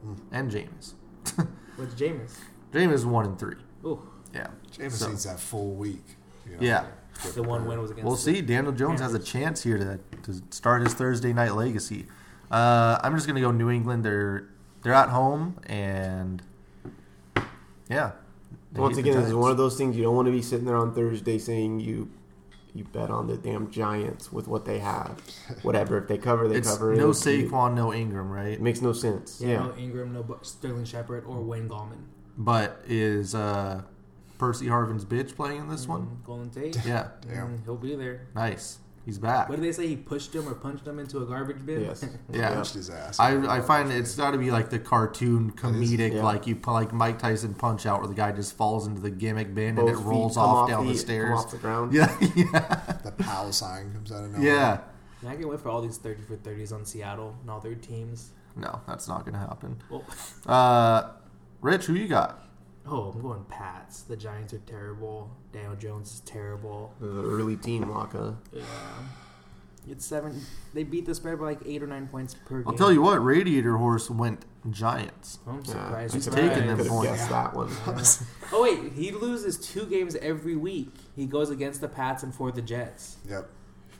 [SPEAKER 3] Hmm.
[SPEAKER 1] And Jameis.
[SPEAKER 5] What's Jameis?
[SPEAKER 1] Jameis 1 and 3.
[SPEAKER 5] Oh,
[SPEAKER 1] Yeah.
[SPEAKER 2] Jameis
[SPEAKER 1] So-
[SPEAKER 2] needs that full week. you know,
[SPEAKER 1] Yeah.
[SPEAKER 2] to get
[SPEAKER 5] the one
[SPEAKER 2] prepared.
[SPEAKER 5] win was against.
[SPEAKER 1] We'll see. Daniel Jones has a chance here to, to start his Thursday night legacy. Uh, I'm just going to go New England. They're, they're at home, and yeah. They
[SPEAKER 3] Once
[SPEAKER 1] hate the
[SPEAKER 3] again, this is
[SPEAKER 1] Giants.
[SPEAKER 3] one of those things you don't want to be sitting there on Thursday saying you you bet on the damn Giants with what they have.
[SPEAKER 1] <laughs>
[SPEAKER 3] Whatever. If they cover, they
[SPEAKER 1] It's
[SPEAKER 3] cover.
[SPEAKER 1] no
[SPEAKER 3] If you-
[SPEAKER 1] Saquon, no Ingram, right?
[SPEAKER 3] It makes no sense.
[SPEAKER 5] Yeah,
[SPEAKER 3] Yeah.
[SPEAKER 5] no Ingram, no Bu- Sterling Shepard, or Wayne Gallman.
[SPEAKER 1] But is uh, Percy Harvin's bitch playing in this one?
[SPEAKER 5] Golden Tate.
[SPEAKER 1] Yeah,
[SPEAKER 2] Damn.
[SPEAKER 5] Mm, he'll be there.
[SPEAKER 1] nice. He's back.
[SPEAKER 5] What did they say? He pushed him or punched him into a garbage bin.
[SPEAKER 1] <laughs>
[SPEAKER 3] Yes.
[SPEAKER 5] <laughs>
[SPEAKER 1] Yeah.
[SPEAKER 2] Punched his ass.
[SPEAKER 1] I, I find it's got to be like the cartoon comedic,
[SPEAKER 3] yeah.
[SPEAKER 1] like you pu- like Mike Tyson punch out, where the guy just falls into the gimmick bin
[SPEAKER 3] Both
[SPEAKER 1] and it
[SPEAKER 3] feet
[SPEAKER 1] rolls
[SPEAKER 3] come
[SPEAKER 1] off, down the,
[SPEAKER 3] come
[SPEAKER 1] stairs. <laughs>
[SPEAKER 3] off the ground.
[SPEAKER 1] Yeah, yeah,
[SPEAKER 2] <laughs> the POW sign comes out of nowhere.
[SPEAKER 1] yeah.
[SPEAKER 5] And I can wait for all these thirty for thirties on Seattle and all their teams.
[SPEAKER 1] No, that's not gonna happen.
[SPEAKER 5] Well,
[SPEAKER 1] Uh, Rich, who you got?
[SPEAKER 5] oh, I'm going Pats. The Giants are terrible. Daniel Jones is terrible.
[SPEAKER 3] The early team lock, huh?
[SPEAKER 5] Yeah. It's seven. They beat the spread by like eight or nine points per game.
[SPEAKER 1] I'll tell you what, Radiator Horse went Giants.
[SPEAKER 5] I'm
[SPEAKER 3] Yeah,
[SPEAKER 5] surprised.
[SPEAKER 3] I
[SPEAKER 5] he's
[SPEAKER 3] could-
[SPEAKER 1] taking them
[SPEAKER 3] I
[SPEAKER 5] surprised.
[SPEAKER 3] could have
[SPEAKER 1] points.
[SPEAKER 3] guessed
[SPEAKER 1] <laughs>
[SPEAKER 3] that one.
[SPEAKER 5] Oh wait, he loses two games every week. He goes against the Pats and for the Jets.
[SPEAKER 2] Yep.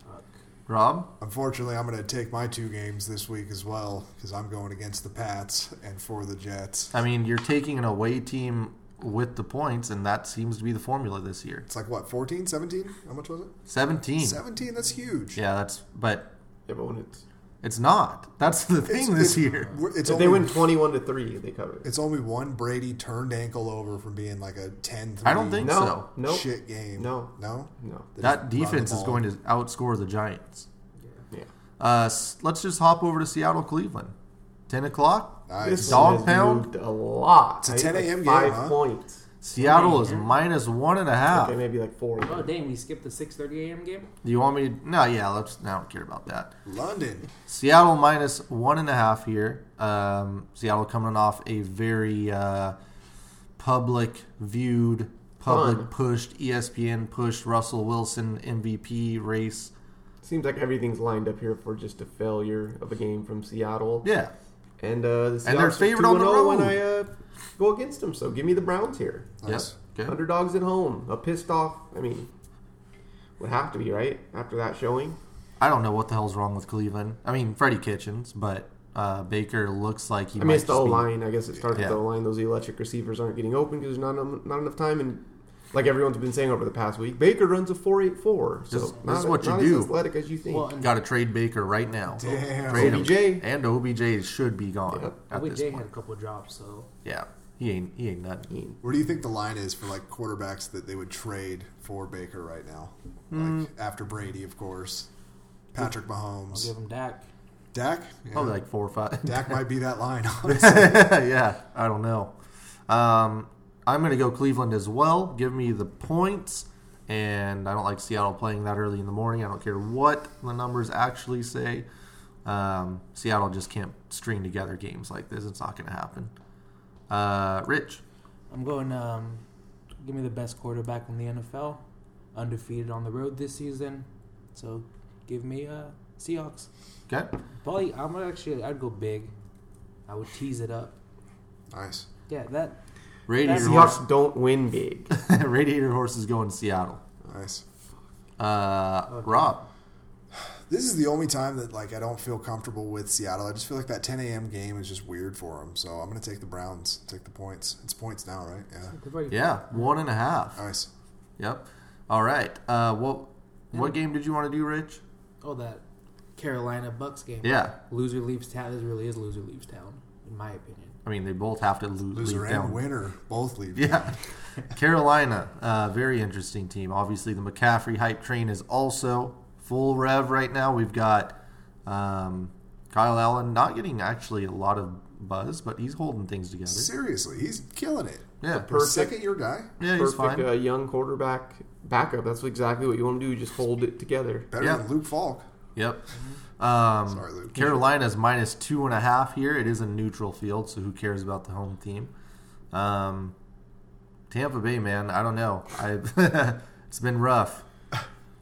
[SPEAKER 5] Fuck.
[SPEAKER 1] Rob,
[SPEAKER 2] Unfortunately, I'm going to take my two games this week as well because I'm going against the Pats and for the Jets.
[SPEAKER 1] I mean, you're taking an away team with the points, and that seems to be the formula this year.
[SPEAKER 2] It's like what, 14, 17? How much was it?
[SPEAKER 1] 17.
[SPEAKER 2] 17. That's huge.
[SPEAKER 1] Yeah, that's but
[SPEAKER 3] Yeah, but when it's
[SPEAKER 1] It's not. That's the thing this year.
[SPEAKER 2] we're- It's
[SPEAKER 3] If
[SPEAKER 2] only,
[SPEAKER 3] they win twenty-one to three, they cover it.
[SPEAKER 2] It's only one Brady turned ankle over from being like a 10
[SPEAKER 1] I don't think
[SPEAKER 3] No,
[SPEAKER 1] so.
[SPEAKER 3] no,
[SPEAKER 2] shit game.
[SPEAKER 3] No.
[SPEAKER 2] No?
[SPEAKER 3] no.
[SPEAKER 2] They
[SPEAKER 1] That
[SPEAKER 2] just run the
[SPEAKER 1] defense is
[SPEAKER 2] ball.
[SPEAKER 1] going to outscore the Giants.
[SPEAKER 3] Yeah,
[SPEAKER 1] Uh, s- let's just hop over to Seattle, Cleveland. 10 o'clock.
[SPEAKER 2] Nice.
[SPEAKER 3] This
[SPEAKER 1] Dog
[SPEAKER 3] one has
[SPEAKER 1] pound?
[SPEAKER 3] moved a lot.
[SPEAKER 2] It's a
[SPEAKER 3] I
[SPEAKER 2] 10
[SPEAKER 3] think like
[SPEAKER 2] a.m. game,
[SPEAKER 3] Five
[SPEAKER 2] huh?
[SPEAKER 3] points.
[SPEAKER 1] Seattle is
[SPEAKER 5] yeah.
[SPEAKER 1] minus one and a half.
[SPEAKER 3] Okay, maybe like four.
[SPEAKER 5] Oh, dang, we skipped the 6.30 a.m. game?
[SPEAKER 1] Do you want me to? No, yeah, let's. I don't care about that.
[SPEAKER 2] London.
[SPEAKER 1] Seattle minus one and a half here. Um, Seattle coming off a very uh, public viewed, public
[SPEAKER 3] Fun.
[SPEAKER 1] pushed, E ESPN pushed Russell Wilson MVP race.
[SPEAKER 3] Seems like everything's lined up here for just a failure of a game from Seattle.
[SPEAKER 1] Yeah,
[SPEAKER 3] And uh, the Seahawks
[SPEAKER 1] And they're favored on the
[SPEAKER 3] are 2-0 when
[SPEAKER 1] road.
[SPEAKER 3] I uh, go against them. So give me the Browns here.
[SPEAKER 2] Nice.
[SPEAKER 1] Yes. Okay.
[SPEAKER 3] Underdogs at home. A pissed off. I mean, would have to be right after that showing.
[SPEAKER 1] I don't know what the hell's wrong with Cleveland. I mean, Freddie Kitchens, but uh, Baker looks like he.
[SPEAKER 3] I mean,
[SPEAKER 1] might
[SPEAKER 3] it's the
[SPEAKER 1] just
[SPEAKER 3] O
[SPEAKER 1] be-
[SPEAKER 3] line. I guess it starts with the
[SPEAKER 1] Yeah.
[SPEAKER 3] O line. Those electric receivers aren't getting open because there's not en- not enough time. And like everyone's been saying over the past week, Baker runs a four eight four. So
[SPEAKER 1] This- this
[SPEAKER 3] not,
[SPEAKER 1] is what you
[SPEAKER 3] not
[SPEAKER 1] do.
[SPEAKER 3] As athletic as you think.
[SPEAKER 5] Well, and
[SPEAKER 1] Got to trade Baker right now.
[SPEAKER 2] Damn.
[SPEAKER 1] Trade him.
[SPEAKER 3] OBJ.
[SPEAKER 1] and OBJ should be gone
[SPEAKER 3] Yep.
[SPEAKER 1] at
[SPEAKER 5] OBJ
[SPEAKER 1] this
[SPEAKER 5] had a
[SPEAKER 1] point.
[SPEAKER 5] couple drops, so.
[SPEAKER 1] Yeah, he ain't he ain't nothing.
[SPEAKER 2] Where do you think the line is for like quarterbacks that they would trade for Baker right now?
[SPEAKER 1] Hmm.
[SPEAKER 2] Like after Brady, of course. Patrick
[SPEAKER 5] I'll give
[SPEAKER 2] Mahomes.
[SPEAKER 5] him Dak.
[SPEAKER 2] Dak? Yeah.
[SPEAKER 1] Probably like four or five.
[SPEAKER 2] Dak might be that line, <laughs> honestly.
[SPEAKER 1] <laughs> yeah, I don't know. Um, I'm going to go Cleveland as well. Give me the points. And I don't like Seattle playing that early in the morning. I don't care what the numbers actually say. Um, Seattle just can't string together games like this. It's not going to happen. Uh, Rich,
[SPEAKER 5] I'm going, um, give me the best quarterback in the NFL. Undefeated on the road this season. So give me uh, Seahawks.
[SPEAKER 1] okay?
[SPEAKER 5] Probably, I'm gonna actually, I'd go big. I would tease it up.
[SPEAKER 2] nice.
[SPEAKER 5] Yeah, that.
[SPEAKER 1] Radiator horse,
[SPEAKER 3] Seahawks don't win big.
[SPEAKER 1] <laughs> Radiator horse is going to Seattle.
[SPEAKER 2] Nice.
[SPEAKER 1] Uh, Rob,
[SPEAKER 2] This is the only time that like I don't feel comfortable with Seattle. I just feel like that 10 a.m. game is just weird for them. So I'm gonna take the Browns, take the points. It's points now, right? Yeah.
[SPEAKER 5] they've already-
[SPEAKER 1] yeah, one and a half.
[SPEAKER 2] Nice.
[SPEAKER 1] Yep. All right. Uh, what what game did you want to do, Rich?
[SPEAKER 5] Oh, that Carolina Bucks game.
[SPEAKER 1] Yeah,
[SPEAKER 5] Loser leaves town. This really is loser leaves town, in my opinion.
[SPEAKER 1] I mean, they both have to lose.
[SPEAKER 2] Loser
[SPEAKER 1] leave
[SPEAKER 2] and
[SPEAKER 1] down.
[SPEAKER 2] winner both leave.
[SPEAKER 1] <laughs> Yeah. Carolina, uh, very interesting team. Obviously, the McCaffrey hype train is also full rev right now. We've got um, Kyle Allen not getting actually a lot of buzz, but he's holding things together.
[SPEAKER 2] Seriously, he's killing it.
[SPEAKER 1] Yeah,
[SPEAKER 3] Perfect.
[SPEAKER 2] Second year guy,
[SPEAKER 1] yeah, he's
[SPEAKER 3] Perfect
[SPEAKER 1] fine.
[SPEAKER 3] uh, young quarterback backup. That's exactly what you want to do. Just hold it together.
[SPEAKER 2] better
[SPEAKER 1] Yeah.
[SPEAKER 2] than Luke Falk.
[SPEAKER 1] Yep. Um,
[SPEAKER 2] Sorry, Luke.
[SPEAKER 1] Carolina's minus two and a half here. It is a neutral field, so who cares about the home team? Um, Tampa Bay, man, I don't know. I <laughs> it's been rough.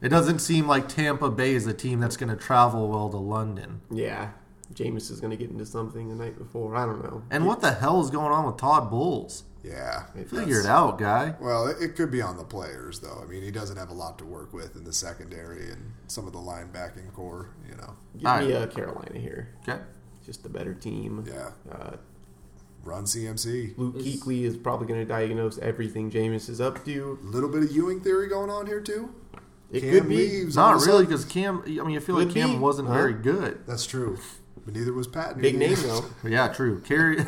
[SPEAKER 1] It doesn't seem like Tampa Bay is a team that's going to travel well to London.
[SPEAKER 3] Yeah, Jameis is going to get into something the night before. I don't know.
[SPEAKER 1] And what the hell is going on with Todd Bowles?
[SPEAKER 2] Yeah.
[SPEAKER 1] Figure it out, guy.
[SPEAKER 2] Well, it, it could be on the players though. I mean, he doesn't have a lot to work with in the secondary and some of the linebacking core. You know.
[SPEAKER 3] Give
[SPEAKER 1] All
[SPEAKER 3] me
[SPEAKER 1] right.
[SPEAKER 3] uh, Carolina here.
[SPEAKER 1] Okay.
[SPEAKER 3] Just a better team.
[SPEAKER 2] Yeah.
[SPEAKER 3] Uh,
[SPEAKER 2] Run CMC.
[SPEAKER 3] Luke
[SPEAKER 5] Is-
[SPEAKER 3] Kuechly is probably going to diagnose everything Jameis is up to.
[SPEAKER 2] Little bit of Ewing theory going on here too.
[SPEAKER 3] It
[SPEAKER 2] Cam
[SPEAKER 3] could be.
[SPEAKER 2] Leaves all
[SPEAKER 1] Not
[SPEAKER 2] of a
[SPEAKER 1] really,
[SPEAKER 2] sudden.
[SPEAKER 1] because Cam. I mean, I feel
[SPEAKER 3] Could
[SPEAKER 1] like Cam
[SPEAKER 3] be,
[SPEAKER 1] wasn't
[SPEAKER 3] huh?
[SPEAKER 1] very good.
[SPEAKER 2] That's true. But neither was Patton.
[SPEAKER 3] Big name though.
[SPEAKER 1] Yeah, true. Carry, <laughs>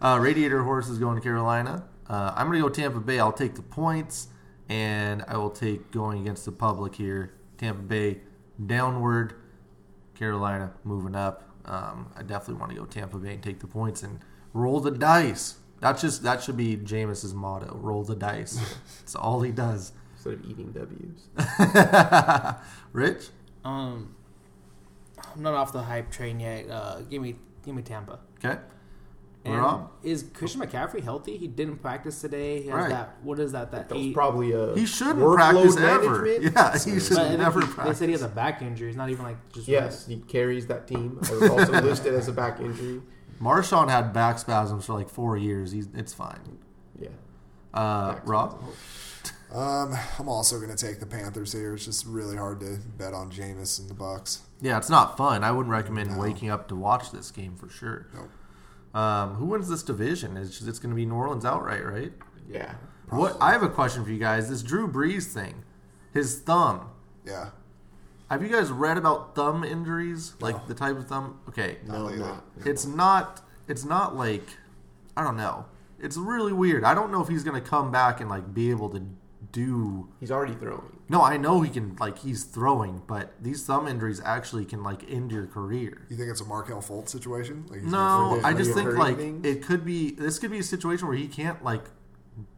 [SPEAKER 1] uh, Radiator Horse is going to Carolina. Uh, I'm going to go Tampa Bay. I'll take the points, and I will take going against the public here. Tampa Bay downward, Carolina moving up. Um, I definitely want to go Tampa Bay and take the points and roll the dice. That's just that should be Jameis's motto: roll the
[SPEAKER 3] <laughs>
[SPEAKER 1] dice. It's all he does. <laughs>
[SPEAKER 3] Instead of eating W's.
[SPEAKER 1] Rich,
[SPEAKER 5] Um, I'm not off the hype train yet. Uh, give me, give me Tampa.
[SPEAKER 1] okay,
[SPEAKER 5] And
[SPEAKER 1] Rob?
[SPEAKER 5] is Christian McCaffrey healthy? He didn't practice today. He has
[SPEAKER 1] Right.
[SPEAKER 5] that. What is that? That,
[SPEAKER 3] That was
[SPEAKER 5] eight-
[SPEAKER 3] probably a
[SPEAKER 1] he shouldn't
[SPEAKER 3] workload
[SPEAKER 1] practice ever. <laughs>
[SPEAKER 3] management.
[SPEAKER 1] Yeah, he should
[SPEAKER 5] But I think
[SPEAKER 1] never
[SPEAKER 5] he- They
[SPEAKER 1] practice.
[SPEAKER 5] said he has a back injury. It's not even like just
[SPEAKER 3] Yes, he carries that team. I
[SPEAKER 1] <laughs>
[SPEAKER 3] was also listed as a back injury.
[SPEAKER 1] Marshawn had back spasms for like four years. He's it's fine.
[SPEAKER 3] Yeah.
[SPEAKER 1] Uh, Rob,
[SPEAKER 2] <laughs> Um, I'm also going to take the Panthers here. It's just really hard to bet on Jameis and the Bucks.
[SPEAKER 1] yeah, it's not fun. I wouldn't recommend waking up to watch this game for sure.
[SPEAKER 2] Nope.
[SPEAKER 1] Um, who wins this division? It's just, it's going to be New Orleans outright, right?
[SPEAKER 3] Yeah.
[SPEAKER 1] What I have a question for you guys. This Drew Brees thing, his thumb.
[SPEAKER 2] Yeah.
[SPEAKER 1] Have you guys read about thumb injuries? Like the type of thumb? Okay.
[SPEAKER 3] No,
[SPEAKER 2] lately.
[SPEAKER 3] not.
[SPEAKER 1] It's not it's not like I don't know. It's really weird. I don't know if he's going to come back and like be able to do
[SPEAKER 3] He's already throwing.
[SPEAKER 1] No, I know he can like he's throwing, but these thumb injuries actually can like end your career.
[SPEAKER 2] You think it's a Markel Fultz situation? Like he's
[SPEAKER 1] No,
[SPEAKER 2] gonna-
[SPEAKER 1] I just
[SPEAKER 3] you
[SPEAKER 1] think
[SPEAKER 3] hurt
[SPEAKER 1] like
[SPEAKER 3] things?
[SPEAKER 1] it could be this could be a situation where he can't like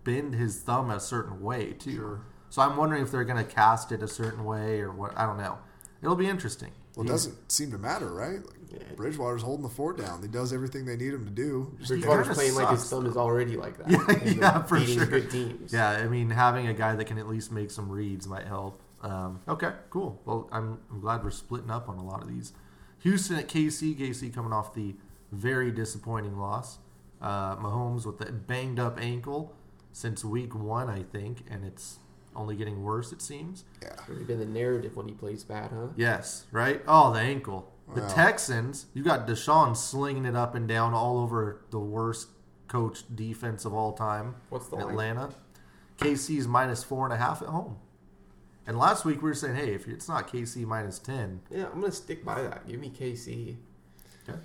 [SPEAKER 1] bend his thumb a certain way too. So I'm wondering if they're going to cast it a certain way or what. I don't know. It'll be interesting.
[SPEAKER 2] Well, it doesn't seem to matter, right? Like,
[SPEAKER 3] Yeah.
[SPEAKER 2] Bridgewater's holding the fort down. He does everything they need him to do. Just
[SPEAKER 3] Bridgewater's
[SPEAKER 1] kinda
[SPEAKER 3] playing like his
[SPEAKER 1] sucks,
[SPEAKER 3] thumb is already like that.
[SPEAKER 1] <laughs> Yeah,
[SPEAKER 3] And
[SPEAKER 1] yeah,
[SPEAKER 3] they're
[SPEAKER 1] for
[SPEAKER 3] beating
[SPEAKER 1] sure.
[SPEAKER 3] Good teams.
[SPEAKER 1] Yeah, I mean, having a guy that can at least make some reads might help. Um, okay, cool. Well, I'm, I'm glad we're splitting up on a lot of these. Houston at KC. KC coming off the very disappointing loss. Uh, Mahomes with that banged up ankle since week one, I think, and it's only getting worse, it seems.
[SPEAKER 2] yeah.
[SPEAKER 3] Already been the narrative when he plays bad, huh?
[SPEAKER 1] Yes, right? Oh, the ankle. The
[SPEAKER 2] Wow.
[SPEAKER 1] Texans, you got Deshaun slinging it up and down all over the worst coach defense of all time.
[SPEAKER 3] What's the line?
[SPEAKER 1] Atlanta? KC's minus four and a half at home. And last week we were saying, hey, if it's not KC minus 10,
[SPEAKER 3] Yeah, I'm gonna stick by that. Give me KC.
[SPEAKER 1] okay.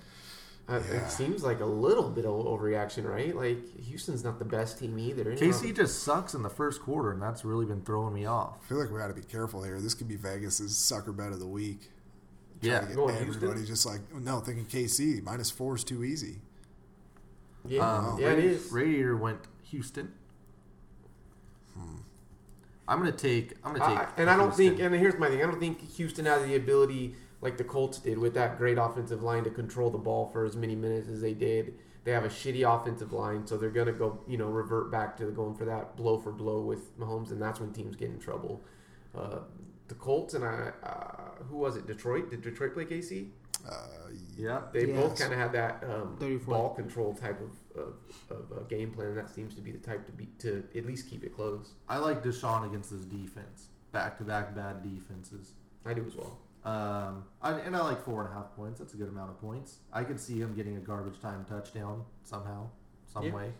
[SPEAKER 3] Uh,
[SPEAKER 2] Yeah.
[SPEAKER 3] It seems like a little bit of overreaction, right? Like Houston's not the best team either. You know,
[SPEAKER 1] KC just sucks in the first quarter, and that's really been throwing me
[SPEAKER 2] I
[SPEAKER 1] off.
[SPEAKER 2] feel like we got to be careful here. This could be Vegas's sucker bet of the week.
[SPEAKER 1] Yeah.
[SPEAKER 2] Trying to
[SPEAKER 3] Going
[SPEAKER 2] get
[SPEAKER 3] Houston?
[SPEAKER 2] everybody just like no thinking KC minus four is too easy.
[SPEAKER 3] yeah,
[SPEAKER 1] Um,
[SPEAKER 3] yeah, it
[SPEAKER 1] Radi-
[SPEAKER 3] is.
[SPEAKER 1] Radiator went Houston.
[SPEAKER 2] Hmm.
[SPEAKER 1] I'm gonna take. I'm gonna take.
[SPEAKER 3] I- and I don't
[SPEAKER 1] Houston.
[SPEAKER 3] think. And here's my thing. I don't think Houston has the ability like the Colts did with that great offensive line to control the ball for as many minutes as they did. They have a shitty offensive line, so they're gonna go, you know, revert back to going for that blow for blow with Mahomes, and that's when teams get in trouble. Uh, the Colts and I, uh, who was it? Detroit? Did Detroit play KC?
[SPEAKER 2] Uh,
[SPEAKER 1] Yeah.
[SPEAKER 3] They both
[SPEAKER 2] Yes.
[SPEAKER 3] kind of had that um,
[SPEAKER 5] 34.
[SPEAKER 3] ball control type of, of, of uh, game plan, and that seems to be the type to be to at least keep it close.
[SPEAKER 1] I like Deshaun against his defense. Back to back bad defenses.
[SPEAKER 3] I do as well.
[SPEAKER 1] Um, I, and I like four and a half points. That's a good amount of points. I could see him getting a garbage time touchdown somehow, some
[SPEAKER 3] Yeah.
[SPEAKER 1] way.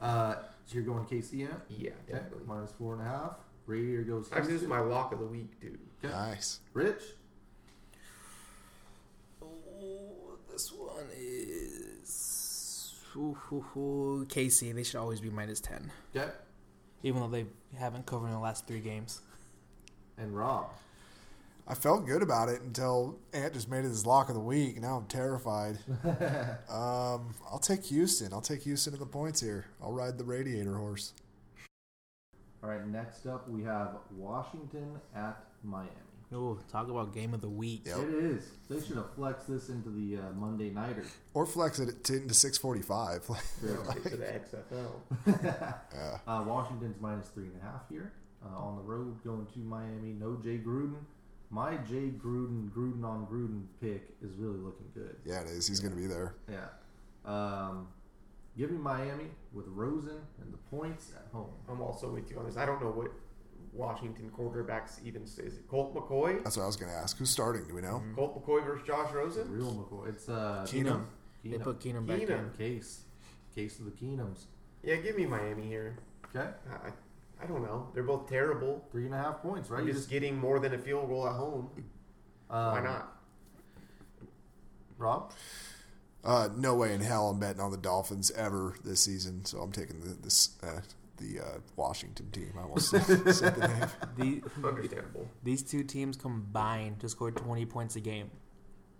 [SPEAKER 1] Uh, so you're going KC in it?
[SPEAKER 3] Yeah,
[SPEAKER 1] Okay.
[SPEAKER 3] definitely.
[SPEAKER 1] Minus four and a half. Radiator goes
[SPEAKER 3] Actually, this is
[SPEAKER 1] Houston.
[SPEAKER 3] my lock of the week, dude.
[SPEAKER 1] Okay.
[SPEAKER 2] nice.
[SPEAKER 1] Rich?
[SPEAKER 5] Oh, this one is. Ooh, ooh, ooh. KC, they should always be minus 10.
[SPEAKER 1] Okay.
[SPEAKER 5] Even though they haven't covered in the last three games.
[SPEAKER 1] And Rob.
[SPEAKER 2] I felt good about it until Ant just made it his lock of the week. Now I'm terrified. um, I'll take Houston. I'll take Houston in the points here. I'll ride the radiator horse.
[SPEAKER 1] All right, next up we have Washington at Miami.
[SPEAKER 5] Ooh, talk about game of the week.
[SPEAKER 2] Yep.
[SPEAKER 1] It is. They should have flexed this into the uh, Monday Nighter.
[SPEAKER 2] Or flex it at 10 to <laughs> 645.
[SPEAKER 3] Stick to the XFL.
[SPEAKER 1] <laughs> Uh, Washington's minus three and a half here uh, on the road going to Miami. No Jay Gruden. My Jay Gruden, Gruden on Gruden pick is really looking good.
[SPEAKER 2] yeah, it is. He's going to be there.
[SPEAKER 1] Yeah. Um, give me Miami with Rosen and the points at home.
[SPEAKER 3] I'm also with you on this. I don't know what Washington quarterbacks even say. Is it Colt McCoy?
[SPEAKER 2] That's what I was going to ask. Who's starting? Do we know?
[SPEAKER 5] Mm-hmm.
[SPEAKER 3] Colt McCoy versus Josh Rosen?
[SPEAKER 1] Real McCoy. It's uh,
[SPEAKER 2] Keenum.
[SPEAKER 1] Keenum.
[SPEAKER 5] They put Keenum back
[SPEAKER 3] Keenum.
[SPEAKER 5] in.
[SPEAKER 1] Case. Case of the Keenums.
[SPEAKER 3] Yeah, give me Miami here.
[SPEAKER 1] Okay.
[SPEAKER 3] I, I- I don't know. They're both terrible.
[SPEAKER 1] Three and a half points, right?
[SPEAKER 3] I'm
[SPEAKER 1] You
[SPEAKER 3] just getting more than a field goal at home.
[SPEAKER 1] um,
[SPEAKER 3] Why not?
[SPEAKER 1] <laughs> Rob?
[SPEAKER 2] Uh, no way in hell I'm betting on the Dolphins ever this season. So I'm taking the, this uh, the uh, Washington team. I almost said the name.
[SPEAKER 5] The,
[SPEAKER 3] Understandable.
[SPEAKER 5] these two teams combined to score 20 points a game,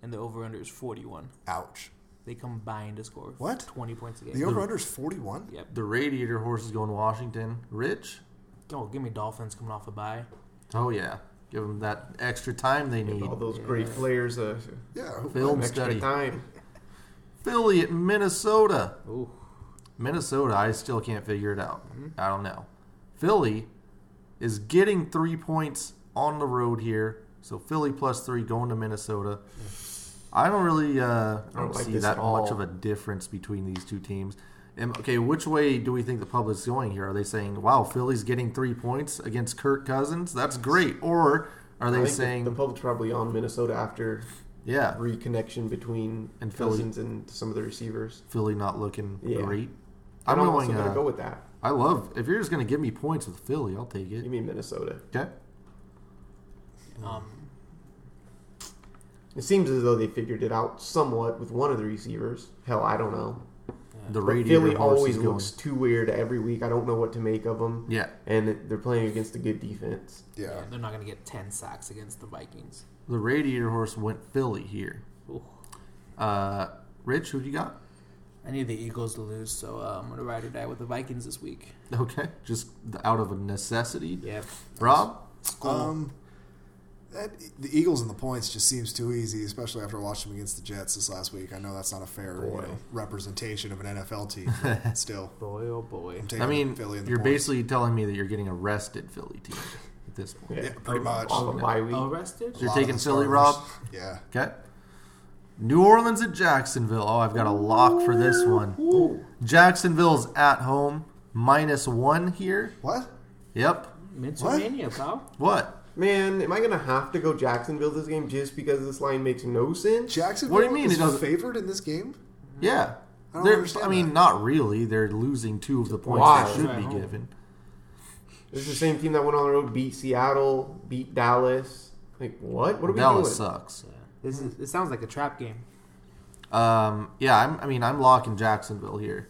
[SPEAKER 5] and the over under is 41.
[SPEAKER 2] Ouch.
[SPEAKER 5] They combined to score
[SPEAKER 2] What?
[SPEAKER 5] 20 points a game.
[SPEAKER 2] The over under is 41.
[SPEAKER 5] Yep.
[SPEAKER 1] The Radiator Horse is going to Washington. Rich?
[SPEAKER 5] Oh, give me Dolphins coming off a bye.
[SPEAKER 1] Oh, yeah. Give them that extra time they need.
[SPEAKER 3] All those great players. Uh,
[SPEAKER 2] Yeah. who-
[SPEAKER 1] Film
[SPEAKER 3] extra
[SPEAKER 1] study.
[SPEAKER 3] time.
[SPEAKER 1] Philly at Minnesota.
[SPEAKER 5] Ooh.
[SPEAKER 1] Minnesota, I still can't figure it out.
[SPEAKER 3] Mm-hmm.
[SPEAKER 1] I don't know. Philly is getting three points on the road here. So Philly plus three going to
[SPEAKER 3] <sighs>
[SPEAKER 1] Minnesota. I don't really uh, I don't
[SPEAKER 3] like
[SPEAKER 1] see
[SPEAKER 3] this
[SPEAKER 1] that
[SPEAKER 3] at
[SPEAKER 1] much
[SPEAKER 3] all.
[SPEAKER 1] of a difference between these two teams. Am- okay, which way do we think the public's going here? Are they saying, "Wow, Philly's getting three points against Kirk Cousins? That's great," or are
[SPEAKER 3] I
[SPEAKER 1] they
[SPEAKER 3] think the-
[SPEAKER 1] saying,
[SPEAKER 3] the public's probably on Minnesota after
[SPEAKER 1] "Yeah,
[SPEAKER 3] reconnection between
[SPEAKER 1] And Philly.
[SPEAKER 3] Cousins and some of the receivers.
[SPEAKER 1] Philly not looking
[SPEAKER 3] Yeah.
[SPEAKER 1] great"? I'm
[SPEAKER 3] And I'm also
[SPEAKER 1] going.
[SPEAKER 3] going
[SPEAKER 1] Uh,
[SPEAKER 3] to go with that.
[SPEAKER 1] I love if you're just going to give me points with Philly, I'll take
[SPEAKER 3] You
[SPEAKER 1] it.
[SPEAKER 3] mean Minnesota?
[SPEAKER 1] Okay.
[SPEAKER 5] Um,
[SPEAKER 3] It seems as though they figured it out somewhat with one of the receivers. Hell, I don't know.
[SPEAKER 1] The
[SPEAKER 3] But
[SPEAKER 1] radiator
[SPEAKER 3] Philly
[SPEAKER 1] horse
[SPEAKER 3] always
[SPEAKER 1] is going.
[SPEAKER 3] looks too weird every week. I don't know what to make of them.
[SPEAKER 1] Yeah,
[SPEAKER 3] And they're playing against a good defense.
[SPEAKER 2] Yeah.
[SPEAKER 5] They're not going to get 10 sacks against the Vikings.
[SPEAKER 1] the radiator horse went Philly here.
[SPEAKER 5] Ooh.
[SPEAKER 1] Uh, Rich, who you got?
[SPEAKER 5] I need the Eagles to lose, so uh, I'm going to ride or die with the Vikings this week.
[SPEAKER 1] Okay, just the- out of a necessity.
[SPEAKER 5] Yep.
[SPEAKER 1] Rob,
[SPEAKER 2] Um, that the Eagles and the points just seems too easy, especially after I watched them against the Jets this last week. I know that's not a fair you
[SPEAKER 3] Boy.
[SPEAKER 2] know, representation of an NFL
[SPEAKER 1] <laughs>
[SPEAKER 2] team, but still.
[SPEAKER 5] Boy, oh boy.
[SPEAKER 2] I'm taking
[SPEAKER 1] I mean,
[SPEAKER 2] Philly and the
[SPEAKER 1] you're
[SPEAKER 2] points.
[SPEAKER 1] basically telling me that you're getting arrested, Philly team, at this point.
[SPEAKER 2] Yeah, pretty much.
[SPEAKER 3] Off a bye week.
[SPEAKER 5] Arrested?
[SPEAKER 1] You're
[SPEAKER 2] lot of
[SPEAKER 1] taking
[SPEAKER 2] the
[SPEAKER 1] Philly,
[SPEAKER 2] starters.
[SPEAKER 1] Rob.
[SPEAKER 2] Yeah.
[SPEAKER 1] Okay. New Orleans at Jacksonville. Oh, I've got a lock for this one.
[SPEAKER 5] Ooh.
[SPEAKER 1] Jacksonville's at home, minus one here.
[SPEAKER 2] What?
[SPEAKER 1] Yep.
[SPEAKER 5] Pennsylvania, pal.
[SPEAKER 1] What?
[SPEAKER 3] Man, am I going to have to go Jacksonville this game just because this line makes no sense?
[SPEAKER 2] Jacksonville
[SPEAKER 1] What do you mean
[SPEAKER 2] is
[SPEAKER 1] it doesn't-
[SPEAKER 2] favored in this game?
[SPEAKER 1] Yeah.
[SPEAKER 2] I don't
[SPEAKER 1] They're-
[SPEAKER 2] understand
[SPEAKER 1] I mean,
[SPEAKER 2] that.
[SPEAKER 1] not really. They're losing two of the points
[SPEAKER 3] Why?
[SPEAKER 1] they should
[SPEAKER 5] Right
[SPEAKER 1] be
[SPEAKER 5] home.
[SPEAKER 1] given.
[SPEAKER 3] This is the same team that went on the road, beat Seattle, beat Dallas. Like, what? What are we
[SPEAKER 1] Dallas
[SPEAKER 3] doing?
[SPEAKER 1] sucks.
[SPEAKER 5] Yeah. This is, it sounds like a trap game.
[SPEAKER 1] Um, yeah, I'm, I mean, I'm locking Jacksonville here.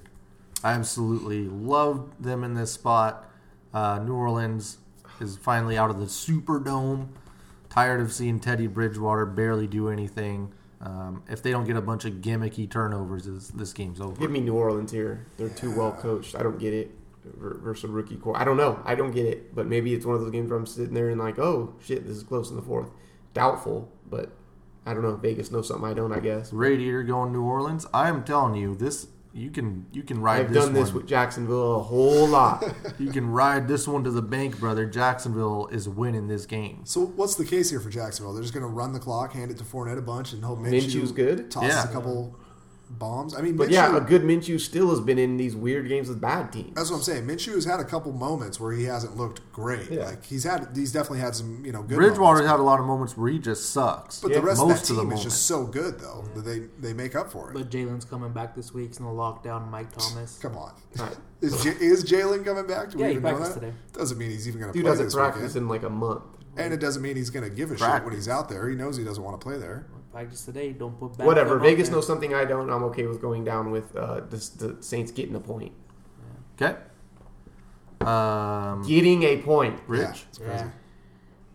[SPEAKER 1] I absolutely love them in this spot. Uh, New Orleans is finally out of the Superdome. Tired of seeing Teddy Bridgewater barely do anything. Um, if they don't get a bunch of gimmicky turnovers, this, this game's over.
[SPEAKER 3] Give me New Orleans here. They're too well coached. I don't get it Ver- versus a rookie core. I don't know. I don't get it. But maybe it's one of those games where I'm sitting there and like, oh shit, this is close in the fourth. Doubtful, but I don't know. Vegas knows something I don't. I guess.
[SPEAKER 1] Radiator going New Orleans. I am telling you, this you can you can ride
[SPEAKER 3] I've
[SPEAKER 1] this
[SPEAKER 3] done this
[SPEAKER 1] one.
[SPEAKER 3] with Jacksonville a whole
[SPEAKER 1] <laughs>
[SPEAKER 3] lot.
[SPEAKER 1] you can ride this one to the bank, brother. Jacksonville is winning this game.
[SPEAKER 2] So what's the case here for Jacksonville? They're just going to run the clock, hand it to Fournette a bunch, and hope
[SPEAKER 3] Minshew's
[SPEAKER 2] Minshew
[SPEAKER 3] good.
[SPEAKER 2] tosses
[SPEAKER 1] Yeah.
[SPEAKER 2] a couple bombs. I mean,
[SPEAKER 3] But
[SPEAKER 2] Minshew,
[SPEAKER 3] yeah, a good Minshew still has been in these weird games with bad teams.
[SPEAKER 2] that's what I'm saying. Minshew has had a couple moments where he hasn't looked great.
[SPEAKER 3] Yeah.
[SPEAKER 2] Like he's had, he's definitely had some, you know, good.
[SPEAKER 1] Bridgewater's
[SPEAKER 2] moments.
[SPEAKER 1] had a lot of moments where he just sucks.
[SPEAKER 2] but
[SPEAKER 3] yeah,
[SPEAKER 2] the rest
[SPEAKER 1] most
[SPEAKER 2] of that
[SPEAKER 1] of
[SPEAKER 2] team
[SPEAKER 1] the
[SPEAKER 2] is just so good though that they they make up for it.
[SPEAKER 5] But Jalen's coming back this week. He's going to lock down Mike Thomas.
[SPEAKER 2] Come on,
[SPEAKER 3] Right.
[SPEAKER 2] <laughs> is J- is Jalen coming back? Do
[SPEAKER 5] Yeah,
[SPEAKER 2] we
[SPEAKER 5] he
[SPEAKER 2] even know that?
[SPEAKER 5] practiced today.
[SPEAKER 2] Doesn't mean he's even going to
[SPEAKER 3] Dude
[SPEAKER 2] play
[SPEAKER 3] doesn't
[SPEAKER 2] this
[SPEAKER 3] practice
[SPEAKER 2] weekend,
[SPEAKER 3] in like a month.
[SPEAKER 2] and it doesn't mean he's going to give a shit when
[SPEAKER 1] Practice.
[SPEAKER 2] he's out there. He knows he doesn't want to play there.
[SPEAKER 5] Practice today. Don't put back.
[SPEAKER 3] Whatever.
[SPEAKER 5] up on
[SPEAKER 3] Vegas
[SPEAKER 5] them.
[SPEAKER 3] knows something I don't. I'm okay with going down with uh, this, the Saints getting a point.
[SPEAKER 1] Okay. Um,
[SPEAKER 3] Getting a point.
[SPEAKER 1] Rich.
[SPEAKER 2] Yeah, it's crazy.
[SPEAKER 5] Yeah.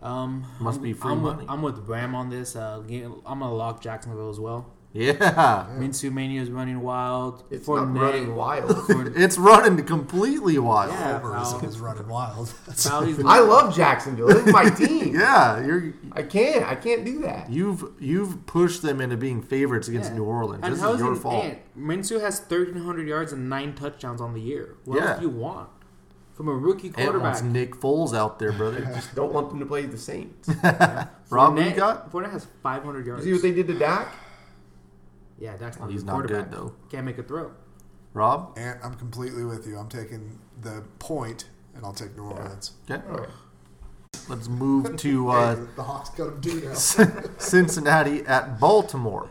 [SPEAKER 5] Um,
[SPEAKER 1] Must
[SPEAKER 5] I'm,
[SPEAKER 1] be free
[SPEAKER 5] I'm,
[SPEAKER 1] money.
[SPEAKER 5] I'm with Ram on this. Uh, again, I'm gonna lock Jacksonville as well.
[SPEAKER 1] Yeah. <laughs>
[SPEAKER 5] Minshew Mania is running wild.
[SPEAKER 3] It's
[SPEAKER 5] Fournette-
[SPEAKER 3] not running wild.
[SPEAKER 1] <laughs>
[SPEAKER 5] Fourn-
[SPEAKER 1] It's running completely wild.
[SPEAKER 5] Yeah,
[SPEAKER 2] Homer is, <laughs>
[SPEAKER 5] Fowl.
[SPEAKER 2] is running wild.
[SPEAKER 5] Fowley's
[SPEAKER 3] I love Jacksonville.
[SPEAKER 2] <laughs>
[SPEAKER 3] This is my team.
[SPEAKER 1] Yeah, you're
[SPEAKER 3] I can't. I can't do that.
[SPEAKER 1] you've you've pushed them into being favorites against
[SPEAKER 5] Yeah.
[SPEAKER 1] New Orleans.
[SPEAKER 5] And
[SPEAKER 1] this
[SPEAKER 5] how
[SPEAKER 1] is your
[SPEAKER 5] it-
[SPEAKER 1] fault.
[SPEAKER 5] and Minshew has 1,300 yards and nine touchdowns on the year. What
[SPEAKER 1] Yeah.
[SPEAKER 5] else do you want from a rookie
[SPEAKER 1] And wants
[SPEAKER 5] quarterback?
[SPEAKER 1] Nick Foles out there,
[SPEAKER 2] <laughs>
[SPEAKER 1] brother.
[SPEAKER 3] Don't want them to play the Saints.
[SPEAKER 1] Rob, who you
[SPEAKER 5] Fournette-
[SPEAKER 1] got?
[SPEAKER 5] Fournette has 500 yards.
[SPEAKER 3] See what they did to Dak?
[SPEAKER 5] yeah, Dak's not
[SPEAKER 1] He's
[SPEAKER 5] a
[SPEAKER 1] not good,
[SPEAKER 5] quarterback.
[SPEAKER 1] though.
[SPEAKER 5] Can't make a throw.
[SPEAKER 1] Rob.
[SPEAKER 2] and I'm completely with you. I'm taking the point, and I'll take New Orleans.
[SPEAKER 1] Okay. Let's move to uh,
[SPEAKER 2] the Hawks got him due now.
[SPEAKER 1] Cincinnati at Baltimore.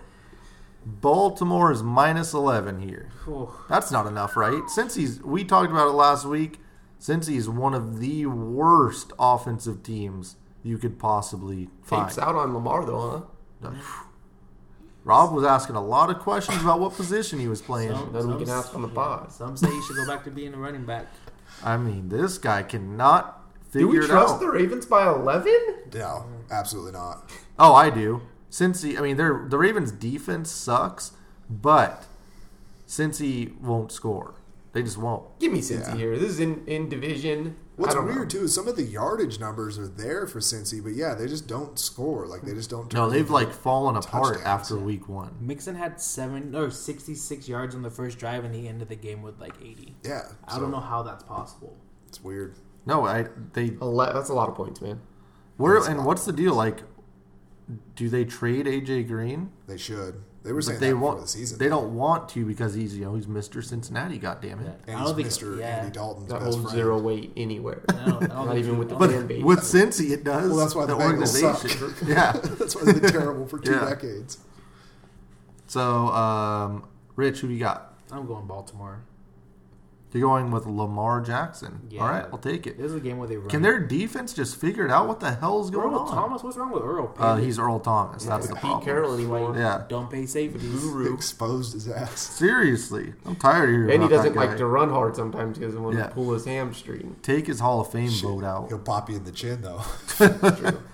[SPEAKER 1] Baltimore is minus eleven here.
[SPEAKER 5] Oh,
[SPEAKER 1] That's not enough, right? Since he's we talked about it last week, since he's one of the worst offensive teams you could possibly find.
[SPEAKER 3] Tapes out on Lamar though, huh?
[SPEAKER 1] Rob was asking a lot of questions about what position he was playing.
[SPEAKER 3] None we can ask on the pod.
[SPEAKER 5] Some say you should go back to being a running back.
[SPEAKER 1] I mean, this guy cannot figure
[SPEAKER 3] Do we
[SPEAKER 1] it
[SPEAKER 3] trust
[SPEAKER 1] out.
[SPEAKER 3] the Ravens by 11?
[SPEAKER 2] no, absolutely not.
[SPEAKER 1] oh, I do. Since he, I mean, they're, the Ravens' defense sucks, but since he won't score, they just won't.
[SPEAKER 3] Give me Cincy
[SPEAKER 2] Yeah.
[SPEAKER 3] here. This is in, in division.
[SPEAKER 2] What's
[SPEAKER 3] I don't
[SPEAKER 2] weird
[SPEAKER 3] know.
[SPEAKER 2] too is some of the yardage numbers are there for Cincy, but yeah, they just don't score. Like they just don't.
[SPEAKER 1] No,
[SPEAKER 2] turn
[SPEAKER 1] they've
[SPEAKER 2] it
[SPEAKER 1] like fallen apart
[SPEAKER 2] Touchdowns.
[SPEAKER 1] after week one.
[SPEAKER 5] Mixon had seven or 66 yards on the first drive, and he ended the game with like 80.
[SPEAKER 2] into- Yeah,
[SPEAKER 5] I don't know how that's possible.
[SPEAKER 2] It's weird.
[SPEAKER 1] No, I they
[SPEAKER 2] Oh,
[SPEAKER 3] Ele- that's a lot of points, man.
[SPEAKER 1] Where and what's the deal? Like, do they trade AJ Green?
[SPEAKER 2] They should. They were saying
[SPEAKER 1] They
[SPEAKER 2] that before
[SPEAKER 1] want.
[SPEAKER 2] the season.
[SPEAKER 1] They don't want to because he's you know he's Mr. Cincinnati. God damn it!
[SPEAKER 2] And
[SPEAKER 5] I don't think
[SPEAKER 2] he's Mr.
[SPEAKER 5] yeah.
[SPEAKER 2] Andy Dalton's
[SPEAKER 3] That
[SPEAKER 2] best
[SPEAKER 3] holds
[SPEAKER 2] friend.
[SPEAKER 3] zero weight anywhere.
[SPEAKER 5] I don't- I don't
[SPEAKER 3] Not
[SPEAKER 5] think
[SPEAKER 3] even
[SPEAKER 5] you-
[SPEAKER 3] with the
[SPEAKER 5] I don't
[SPEAKER 1] But
[SPEAKER 5] think-
[SPEAKER 3] fan base.
[SPEAKER 1] with Cincy, it does.
[SPEAKER 2] Well, that's why the Bengals
[SPEAKER 1] <laughs>
[SPEAKER 2] suck.
[SPEAKER 1] yeah.
[SPEAKER 2] <laughs> That's why they've been terrible for two
[SPEAKER 1] Yeah.
[SPEAKER 2] decades.
[SPEAKER 1] So, um, Rich, who do you got?
[SPEAKER 5] I'm going Baltimore.
[SPEAKER 1] They're going with Lamar Jackson.
[SPEAKER 5] Yeah.
[SPEAKER 1] All right, I'll take it.
[SPEAKER 5] This is a game where they run.
[SPEAKER 1] Can their defense just figure it out? What the hell's going
[SPEAKER 5] Earl
[SPEAKER 1] on?
[SPEAKER 5] Thomas? What's wrong with Earl?
[SPEAKER 1] Uh, he's Earl Thomas. That's the
[SPEAKER 3] Pete
[SPEAKER 1] problem.
[SPEAKER 3] Carroll anymore.
[SPEAKER 1] Yeah.
[SPEAKER 5] Don't pay safeties. Guru.
[SPEAKER 2] Exposed his ass.
[SPEAKER 1] Seriously, I'm tired of hearing
[SPEAKER 3] And he
[SPEAKER 1] about
[SPEAKER 3] doesn't
[SPEAKER 1] that guy.
[SPEAKER 3] like to run hard sometimes. He doesn't want
[SPEAKER 1] Yeah.
[SPEAKER 3] to pull his hamstring.
[SPEAKER 1] Take his Hall of Fame vote out.
[SPEAKER 2] He'll pop you in the chin though.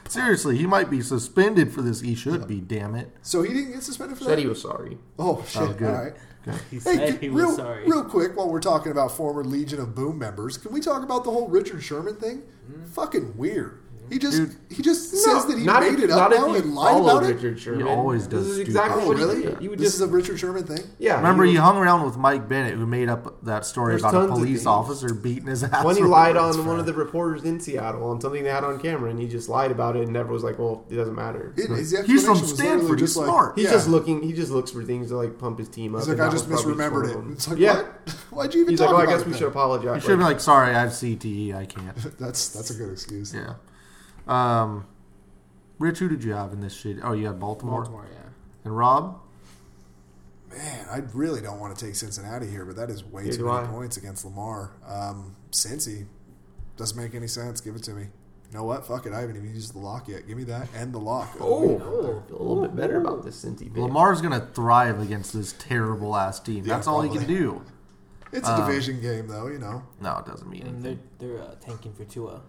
[SPEAKER 1] Seriously, he might be suspended for this. He should be. Damn it.
[SPEAKER 2] So he didn't get suspended for
[SPEAKER 3] Said
[SPEAKER 2] that.
[SPEAKER 3] he was sorry.
[SPEAKER 2] Oh shit!
[SPEAKER 1] Oh, good.
[SPEAKER 2] All right.
[SPEAKER 1] Good.
[SPEAKER 5] <laughs> He
[SPEAKER 2] Hey,
[SPEAKER 5] said
[SPEAKER 2] can-
[SPEAKER 5] he was
[SPEAKER 2] real,
[SPEAKER 5] sorry.
[SPEAKER 2] real quick, while we're talking about former Legion of Boom members, can we talk about the whole Richard Sherman thing?
[SPEAKER 5] Mm-hmm.
[SPEAKER 2] Fucking weird. He just
[SPEAKER 1] Dude.
[SPEAKER 2] he just says that he
[SPEAKER 3] not
[SPEAKER 2] made
[SPEAKER 3] if-
[SPEAKER 2] it up
[SPEAKER 3] not if
[SPEAKER 2] now
[SPEAKER 3] you
[SPEAKER 2] and lied
[SPEAKER 3] follow
[SPEAKER 2] about it.
[SPEAKER 3] Richard Sherman.
[SPEAKER 1] always does
[SPEAKER 3] This is
[SPEAKER 1] stupid
[SPEAKER 3] exactly
[SPEAKER 1] shit.
[SPEAKER 2] Oh
[SPEAKER 3] what
[SPEAKER 2] really?
[SPEAKER 3] he did. You would
[SPEAKER 2] this
[SPEAKER 3] just
[SPEAKER 2] is a Richard Sherman thing.
[SPEAKER 3] yeah.
[SPEAKER 1] Remember, he
[SPEAKER 3] would-
[SPEAKER 1] hung around with Mike Bennett, who made up that story
[SPEAKER 3] There's
[SPEAKER 1] about a
[SPEAKER 3] tons of
[SPEAKER 1] police
[SPEAKER 3] things.
[SPEAKER 1] officer beating his ass.
[SPEAKER 3] when he lied on
[SPEAKER 1] afterwards,
[SPEAKER 3] one of
[SPEAKER 1] man.
[SPEAKER 3] the reporters in Seattle on something they had on camera, and he just lied about it, and never was like, "Well, it doesn't matter."
[SPEAKER 2] It, his
[SPEAKER 1] He's from
[SPEAKER 2] explanation was literally
[SPEAKER 1] Stanford.
[SPEAKER 2] Just
[SPEAKER 1] He's
[SPEAKER 2] like,
[SPEAKER 1] smart.
[SPEAKER 3] He's
[SPEAKER 2] yeah.
[SPEAKER 3] just looking. He just looks for things to like pump his team up.
[SPEAKER 2] He's
[SPEAKER 3] and
[SPEAKER 2] like, I
[SPEAKER 3] that
[SPEAKER 2] just
[SPEAKER 3] was probably
[SPEAKER 2] misremembered
[SPEAKER 3] one of
[SPEAKER 2] it.
[SPEAKER 3] them.
[SPEAKER 2] It's like,
[SPEAKER 3] yeah.
[SPEAKER 2] what? <laughs> Why'd you even
[SPEAKER 3] He's
[SPEAKER 2] talk
[SPEAKER 3] like, "Oh, I
[SPEAKER 2] about
[SPEAKER 3] guess
[SPEAKER 2] it
[SPEAKER 3] we
[SPEAKER 2] then?"
[SPEAKER 3] should apologize."
[SPEAKER 1] You should be
[SPEAKER 3] Like,
[SPEAKER 1] like, sorry, I have CTE. I can't.
[SPEAKER 3] <laughs>
[SPEAKER 2] That's that's a good excuse.
[SPEAKER 1] Yeah. Um, Rich, who did you have in this shit? Oh, you had Baltimore.
[SPEAKER 5] Baltimore, yeah.
[SPEAKER 1] And Rob?
[SPEAKER 2] Man, I really don't want to take Cincinnati here, but that is way
[SPEAKER 3] Yeah,
[SPEAKER 2] too
[SPEAKER 3] do
[SPEAKER 2] many
[SPEAKER 3] I.
[SPEAKER 2] points against Lamar. Um, Cincy doesn't make any sense. Give it to me. You know what? Fuck it. I haven't even used the lock yet. Give me that and the lock.
[SPEAKER 3] <laughs> "Oh, I feel a little bit better about this Cincy bit."
[SPEAKER 1] Lamar's going to thrive against this terrible ass team.
[SPEAKER 2] Yeah,
[SPEAKER 1] That's all he can
[SPEAKER 2] probably.
[SPEAKER 1] do.
[SPEAKER 2] it's a
[SPEAKER 3] um,
[SPEAKER 2] division game, though. You know,
[SPEAKER 1] No, it doesn't mean
[SPEAKER 5] And
[SPEAKER 1] anything.
[SPEAKER 5] they're they're uh, tanking for Tua.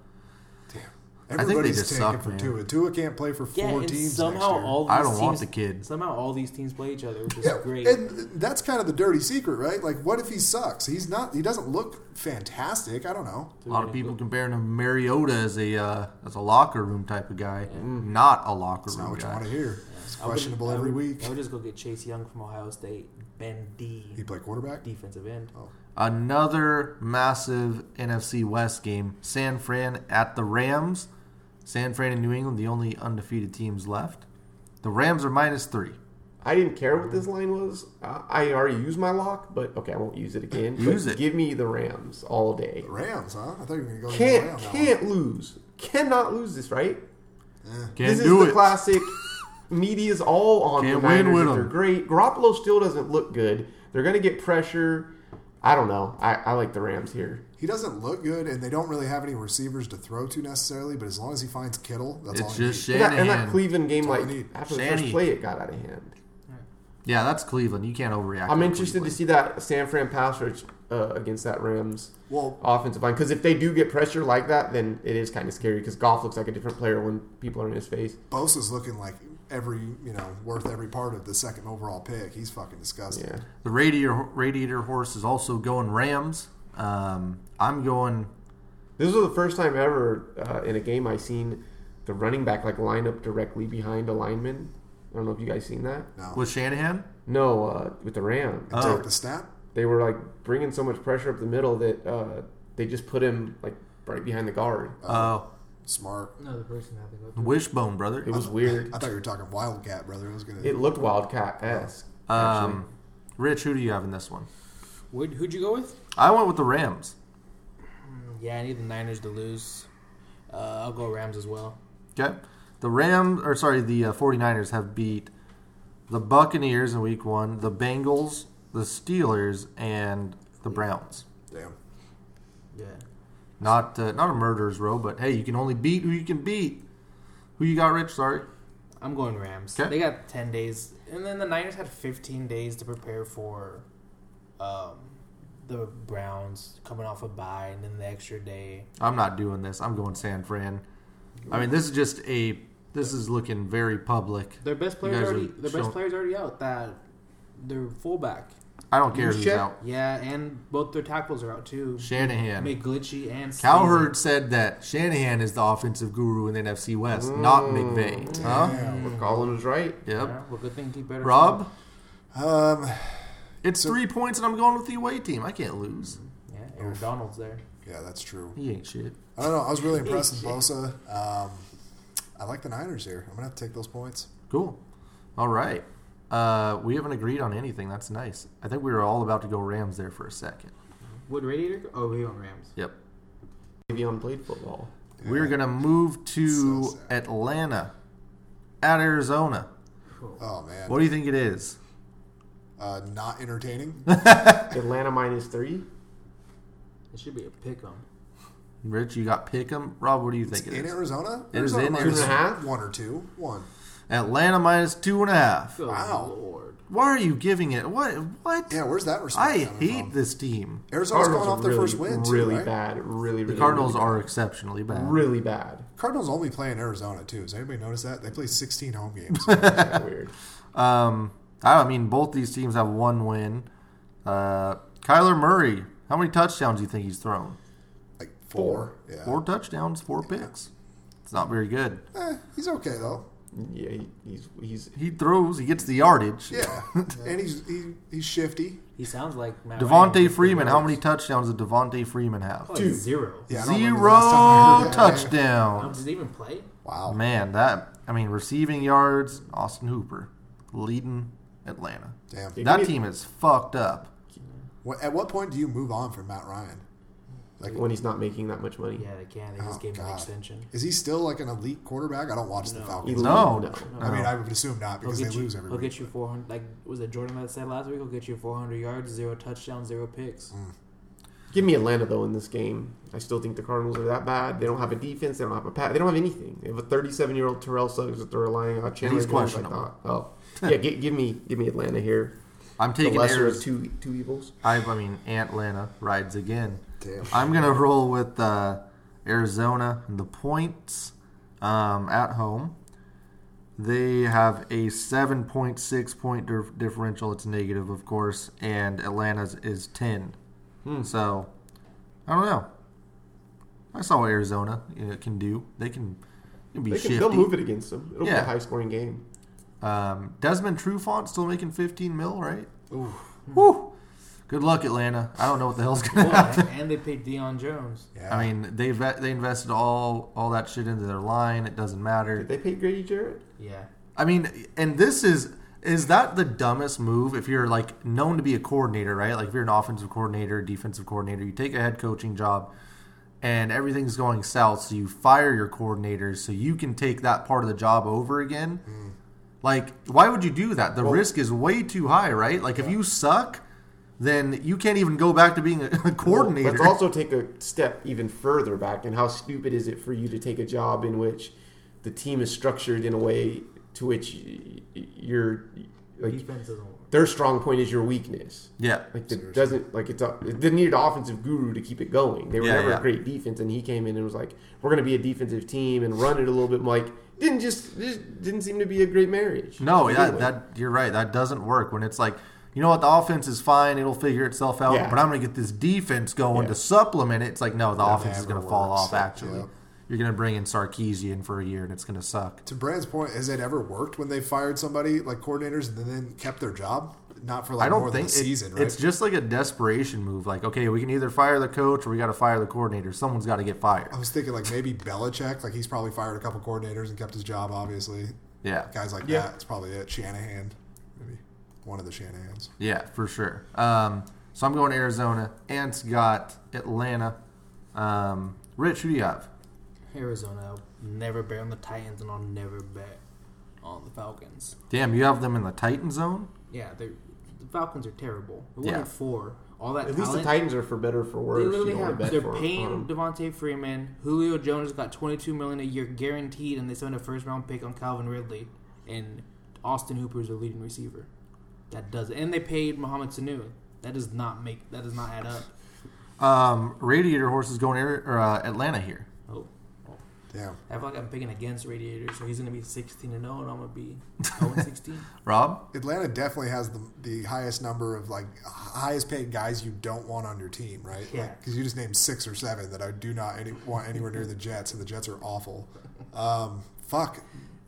[SPEAKER 2] damn.
[SPEAKER 1] they
[SPEAKER 2] Everybody's
[SPEAKER 1] just
[SPEAKER 2] tanking
[SPEAKER 1] suck,
[SPEAKER 2] for
[SPEAKER 1] man.
[SPEAKER 2] Tua. Tua can't play for
[SPEAKER 5] Yeah,
[SPEAKER 2] four
[SPEAKER 5] and
[SPEAKER 2] teams next
[SPEAKER 5] somehow
[SPEAKER 2] year.
[SPEAKER 5] all these
[SPEAKER 1] I don't want
[SPEAKER 5] teams,
[SPEAKER 1] the kid.
[SPEAKER 5] Somehow all these teams play each other, which is
[SPEAKER 2] Yeah,
[SPEAKER 5] great.
[SPEAKER 2] and that's kind of the dirty secret, right? Like, what if he sucks? He's not. He doesn't look fantastic. I don't know.
[SPEAKER 1] A lot of people comparing him to Mariota as a uh, as a locker room type of guy, not a locker
[SPEAKER 2] That's not
[SPEAKER 1] room
[SPEAKER 2] what you
[SPEAKER 1] guy.
[SPEAKER 2] want to hear. It's
[SPEAKER 5] I would-
[SPEAKER 2] questionable
[SPEAKER 5] I would-
[SPEAKER 2] every week.
[SPEAKER 5] I would just go get Chase Young from Ohio State, Ben D,
[SPEAKER 2] He play quarterback.
[SPEAKER 5] defensive end.
[SPEAKER 1] Another massive NFC West game. San Fran at the Rams. San Fran and New England, the only undefeated teams left. The Rams are minus three.
[SPEAKER 3] I didn't care what this line was. I, I already used my lock, but okay, I won't use it again. But
[SPEAKER 1] Use it.
[SPEAKER 3] Give me the Rams all day.
[SPEAKER 2] Rams, huh? I thought you were going to go to the
[SPEAKER 3] Can't
[SPEAKER 2] Rams.
[SPEAKER 3] can't lose. Cannot lose this, right?
[SPEAKER 1] Can't
[SPEAKER 3] this
[SPEAKER 1] do
[SPEAKER 3] is the
[SPEAKER 1] it.
[SPEAKER 3] classic. Media's all on
[SPEAKER 1] Can't
[SPEAKER 3] the
[SPEAKER 1] win
[SPEAKER 3] Niners.
[SPEAKER 1] with
[SPEAKER 3] that They're
[SPEAKER 1] them.
[SPEAKER 3] great. Garoppolo still doesn't look good. They're going to get pressure. I don't know. I, I like the Rams here.
[SPEAKER 2] He doesn't look good, and they don't really have any receivers to throw to necessarily. But as long as he finds Kittle, that's all.
[SPEAKER 1] It's
[SPEAKER 2] he
[SPEAKER 1] just
[SPEAKER 2] needs.
[SPEAKER 3] And that, and that
[SPEAKER 1] Shanahan.
[SPEAKER 3] Cleveland game,
[SPEAKER 2] That's
[SPEAKER 3] like
[SPEAKER 2] all we need.
[SPEAKER 3] after the
[SPEAKER 1] Shanahan.
[SPEAKER 3] first play, it got out of hand.
[SPEAKER 1] Yeah, that's Cleveland. You can't overreact.
[SPEAKER 3] I'm
[SPEAKER 1] to
[SPEAKER 3] interested to
[SPEAKER 1] Cleveland.
[SPEAKER 3] see that San Fran pass rush uh, against that Rams
[SPEAKER 2] Well,
[SPEAKER 3] offensive line because if they do get pressure like that, then it is kind of scary because Goff looks like a different player when people are in his face.
[SPEAKER 2] Bosa's looking like every you know worth every part of the second overall pick. He's fucking disgusting.
[SPEAKER 3] Yeah,
[SPEAKER 1] The radiator, radiator horse is also going Rams. Um, I'm going.
[SPEAKER 3] this was the first time ever uh, in a game I seen the running back like line up directly behind a lineman. I don't know if you guys seen that.
[SPEAKER 2] No,
[SPEAKER 1] with Shanahan?
[SPEAKER 3] No, uh, with the Rams,
[SPEAKER 1] Oh.
[SPEAKER 2] take the snap.
[SPEAKER 3] they were like bringing so much pressure up the middle that uh, they just put him like right behind the guard.
[SPEAKER 1] Oh,
[SPEAKER 2] Smart.
[SPEAKER 5] Another person having a
[SPEAKER 1] wishbone, brother.
[SPEAKER 3] It was weird.
[SPEAKER 2] I thought you were talking Wildcat, brother. I was gonna.
[SPEAKER 3] It looked Wildcat esque.
[SPEAKER 1] Um, Rich, who do you have in this one?
[SPEAKER 5] Would, who'd you go with?
[SPEAKER 1] I went with the Rams.
[SPEAKER 5] Yeah, I need the Niners to lose. Uh, I'll go Rams as well.
[SPEAKER 1] Okay. The Rams, or sorry, the uh, 49ers have beat the Buccaneers in week one, the Bengals, the Steelers, and the Browns.
[SPEAKER 2] Damn.
[SPEAKER 5] Yeah.
[SPEAKER 1] Not uh, not a murderer's row, but hey, you can only beat who you can beat. Who you got, Rich? Sorry.
[SPEAKER 5] I'm going Rams.
[SPEAKER 1] Okay.
[SPEAKER 5] They got 10 days. And then the Niners had 15 days to prepare for um, the Browns coming off a bye and then the extra day.
[SPEAKER 1] I'm not doing this. I'm going San Fran. I mean, this is just a. This is looking very public.
[SPEAKER 5] Their best
[SPEAKER 1] You
[SPEAKER 5] players
[SPEAKER 1] guys are
[SPEAKER 5] already their
[SPEAKER 1] showing-
[SPEAKER 5] best players already out. That their fullback.
[SPEAKER 1] I don't care who's
[SPEAKER 3] Shit.
[SPEAKER 1] out.
[SPEAKER 5] Yeah, and both their tackles are out too.
[SPEAKER 1] Shanahan.
[SPEAKER 5] McGlitchy and Snead.
[SPEAKER 1] Cowherd said that Shanahan is the offensive guru in the NFC West, not McVay. Huh?
[SPEAKER 2] Damn.
[SPEAKER 3] Colin was right.
[SPEAKER 1] Yep.
[SPEAKER 5] Yeah, well, good thing he better.
[SPEAKER 1] Rob,
[SPEAKER 2] Um.
[SPEAKER 1] it's three points, and I'm going with the away team. I can't lose.
[SPEAKER 5] Yeah, Aaron Donald's there.
[SPEAKER 2] Yeah, that's true.
[SPEAKER 1] He ain't shit.
[SPEAKER 2] I don't know. I was really impressed
[SPEAKER 3] <laughs>
[SPEAKER 2] with Bosa. Um, I like the Niners here. I'm gonna have to take those points.
[SPEAKER 1] Cool. All right. Uh, we haven't agreed on anything. That's nice. I think we were all about to go Rams there for a second.
[SPEAKER 5] Would Radiator? Go? Oh, he on Rams.
[SPEAKER 1] Yep.
[SPEAKER 3] Le'Veon played football.
[SPEAKER 1] We're gonna move to
[SPEAKER 2] So sad.
[SPEAKER 1] Atlanta, at Arizona.
[SPEAKER 2] Oh man,
[SPEAKER 1] What do you think it is? <laughs>
[SPEAKER 2] uh, not entertaining.
[SPEAKER 3] Atlanta minus three.
[SPEAKER 5] It should be a pick 'em.
[SPEAKER 1] Rich, you got Pick'em. Rob, what do you think it
[SPEAKER 2] in
[SPEAKER 1] is?
[SPEAKER 2] Arizona?
[SPEAKER 1] It is in
[SPEAKER 2] minus
[SPEAKER 1] Arizona.
[SPEAKER 3] Two and a half?
[SPEAKER 2] One or two. One.
[SPEAKER 1] Atlanta minus two and a half.
[SPEAKER 5] Good
[SPEAKER 2] Wow.
[SPEAKER 5] lord.
[SPEAKER 1] Why are you giving it? What? What?
[SPEAKER 2] Yeah, where's that respect?
[SPEAKER 1] I
[SPEAKER 2] coming
[SPEAKER 1] hate
[SPEAKER 2] from?
[SPEAKER 1] this team.
[SPEAKER 2] Arizona's going off their
[SPEAKER 3] really,
[SPEAKER 2] first win, too,
[SPEAKER 3] really
[SPEAKER 2] right?
[SPEAKER 3] bad. Really,
[SPEAKER 1] The
[SPEAKER 3] really,
[SPEAKER 1] Cardinals
[SPEAKER 3] really
[SPEAKER 1] are exceptionally
[SPEAKER 3] bad.
[SPEAKER 1] bad.
[SPEAKER 2] <laughs>
[SPEAKER 3] really bad.
[SPEAKER 2] Cardinals only play in Arizona, too. Has anybody noticed that? They play 16 home games.
[SPEAKER 1] <laughs>
[SPEAKER 3] That's weird.
[SPEAKER 1] Um, I don't- I mean, both these teams have one win. Uh, Kyler Murray, how many touchdowns do you think he's thrown?
[SPEAKER 2] like four. Yeah.
[SPEAKER 1] Four touchdowns, four picks. It's not very good.
[SPEAKER 2] Eh, he's okay,
[SPEAKER 1] <laughs>
[SPEAKER 2] though.
[SPEAKER 3] Yeah, he, he's he's
[SPEAKER 1] He throws, he gets the yardage.
[SPEAKER 2] Yeah. and he's he, he's shifty.
[SPEAKER 5] He sounds like Matt Ryan.
[SPEAKER 1] Devontae Freeman, how many touchdowns did Devontae Freeman have?
[SPEAKER 5] Probably zero.
[SPEAKER 2] Oh, Yeah, I don't remember the
[SPEAKER 1] Zero
[SPEAKER 2] last time I heard that.
[SPEAKER 5] Um,
[SPEAKER 1] touchdowns.
[SPEAKER 5] does he even play?
[SPEAKER 2] Wow.
[SPEAKER 1] Man, that I mean, receiving yards, Austin Hooper leading Atlanta.
[SPEAKER 2] Damn.
[SPEAKER 1] That team is fucked up.
[SPEAKER 2] What, at what point do you move on from Matt Ryan? Like,
[SPEAKER 3] when he's not making that much money.
[SPEAKER 5] Yeah, they can. They just
[SPEAKER 2] Oh,
[SPEAKER 5] gave him an
[SPEAKER 2] God.
[SPEAKER 5] extension.
[SPEAKER 2] is he still like an elite quarterback? I don't watch the Falcons.
[SPEAKER 3] Elite,
[SPEAKER 1] No.
[SPEAKER 2] I mean, I would assume not
[SPEAKER 5] He'll
[SPEAKER 2] because they
[SPEAKER 5] get, you,
[SPEAKER 2] lose every
[SPEAKER 5] he'll
[SPEAKER 2] week.
[SPEAKER 5] get you 400. Like, was it Jordan that said last week? He'll get you 400 yards, zero touchdowns, zero picks.
[SPEAKER 3] Give me Atlanta though in this game. I still think the Cardinals are that bad. They don't have a defense. They don't have a pat. They don't have anything. They have a 37 year old Terrell Suggs that they're relying on. Chandler
[SPEAKER 1] he's
[SPEAKER 3] Jones, I
[SPEAKER 1] questionable.
[SPEAKER 3] thought. Oh, yeah. Give, give me give me Atlanta here.
[SPEAKER 1] I'm
[SPEAKER 3] The
[SPEAKER 1] taking
[SPEAKER 3] lesser of
[SPEAKER 1] Arizona.
[SPEAKER 3] two two evils.
[SPEAKER 1] I, I mean, Atlanta rides again.
[SPEAKER 2] Damn.
[SPEAKER 1] I'm gonna roll with uh, Arizona and the points um, at home. They have a 7.6 point dif- differential. It's negative, of course, and Atlanta's is 10.
[SPEAKER 3] Hmm.
[SPEAKER 1] So I don't know. I saw what Arizona uh, can do. They can, they can be
[SPEAKER 3] They can,
[SPEAKER 1] shifty.
[SPEAKER 3] they'll move it against them. It'll be
[SPEAKER 1] Yeah.
[SPEAKER 3] a high scoring game.
[SPEAKER 1] Um, Desmond Trufant still making 15 mil, right? Woo! Good luck, Atlanta. I don't know what the hell's gonna <laughs> happen.
[SPEAKER 5] Well, and they paid Deion Jones.
[SPEAKER 2] Yeah.
[SPEAKER 1] I mean, they ve- they invested all all that shit into their line. It doesn't
[SPEAKER 3] Did
[SPEAKER 1] matter.
[SPEAKER 3] they pay Grady Jarrett?
[SPEAKER 5] Yeah.
[SPEAKER 1] I mean, and this is is that the dumbest move if you're like known to be a coordinator, right? Like if you're an offensive coordinator, defensive coordinator, you take a head coaching job and everything's going south, so you fire your coordinators so you can take that part of the job over again. Like, why would you do that? The risk is way too high, right? Like if you suck, then you can't even go back to being a, <laughs> a coordinator.
[SPEAKER 3] Let's also take a step even further back. And how stupid is it for you to take a job in which the team is structured in a way to which y- y- you're like
[SPEAKER 5] Defense doesn't work.
[SPEAKER 3] their strong point is your weakness.
[SPEAKER 1] yeah.
[SPEAKER 3] Like it doesn't like it's a, it needed an offensive guru to keep it going. They were
[SPEAKER 1] Yeah,
[SPEAKER 3] never
[SPEAKER 1] yeah.
[SPEAKER 3] a great defense, and he came in and was like, "We're going to be a defensive team and run it a little bit." more." Like didn't just this didn't seem to be a great marriage.
[SPEAKER 1] No,
[SPEAKER 3] Either
[SPEAKER 1] that,
[SPEAKER 3] way.
[SPEAKER 1] that you're right. That doesn't work when it's like, you know what, the offense is fine, it'll figure itself out,
[SPEAKER 3] Yeah.
[SPEAKER 1] but I'm going to get this defense going
[SPEAKER 3] Yeah.
[SPEAKER 1] to supplement it. It's like, no, the offense is
[SPEAKER 2] never
[SPEAKER 1] going to fall
[SPEAKER 2] works.
[SPEAKER 1] off. Actually,
[SPEAKER 2] Yeah.
[SPEAKER 1] you're going to bring in Sarkeesian for a year, and it's going to suck.
[SPEAKER 2] to Brand's point, has it ever worked when they fired somebody like coordinators and then kept their job? Not for like
[SPEAKER 1] I don't
[SPEAKER 2] more
[SPEAKER 1] think
[SPEAKER 2] than a
[SPEAKER 1] it-
[SPEAKER 2] season, right?
[SPEAKER 1] it's just like a desperation move. Like, okay, we can either fire the coach or we got to fire the coordinator. Someone's got to get fired.
[SPEAKER 2] I was thinking like maybe Belichick, like he's probably fired a couple coordinators and kept his job. Obviously,
[SPEAKER 1] Yeah,
[SPEAKER 2] guys like
[SPEAKER 3] Yeah.
[SPEAKER 2] that. It's probably it. Shanahan, maybe one of the Shanahans.
[SPEAKER 1] yeah, for sure. Um, so I'm going to Arizona. Ant's got Atlanta. Um, Rich, who do you have?
[SPEAKER 5] Arizona, I'll never bet on the Titans, and I'll never bet on the Falcons.
[SPEAKER 1] Damn, you have them in the Titan zone.
[SPEAKER 5] Yeah, they're, the Falcons are terrible. They're
[SPEAKER 1] Yeah.
[SPEAKER 5] one and four. All that
[SPEAKER 3] at least the
[SPEAKER 5] talent-
[SPEAKER 3] Titans are for better or for worse.
[SPEAKER 5] They
[SPEAKER 3] You
[SPEAKER 5] literally
[SPEAKER 3] don't wanna
[SPEAKER 5] have.
[SPEAKER 3] bet
[SPEAKER 5] They're
[SPEAKER 3] for 'em.
[SPEAKER 5] paying
[SPEAKER 3] Um,
[SPEAKER 5] Devontae Freeman. Julio Jones got 22 million a year guaranteed, and they spent a first round pick on Calvin Ridley, and Austin Hooper is their leading receiver. That does, and they paid Mohamed Sanu. That does not make. That does not add up.
[SPEAKER 1] Um, Radiator Horse is going Ari- or, uh, Atlanta here.
[SPEAKER 5] Oh,
[SPEAKER 2] Damn.
[SPEAKER 5] I feel like I'm picking against Radiator, so he's gonna be 16 and 0, and I'm gonna be 0 and 16.
[SPEAKER 1] Rob,
[SPEAKER 2] Atlanta definitely has the, the highest number of like highest paid guys you don't want on your team, right?
[SPEAKER 5] Yeah.
[SPEAKER 2] Because you just named six or seven that I do not any, want anywhere near the Jets, and the Jets are awful. Um, fuck.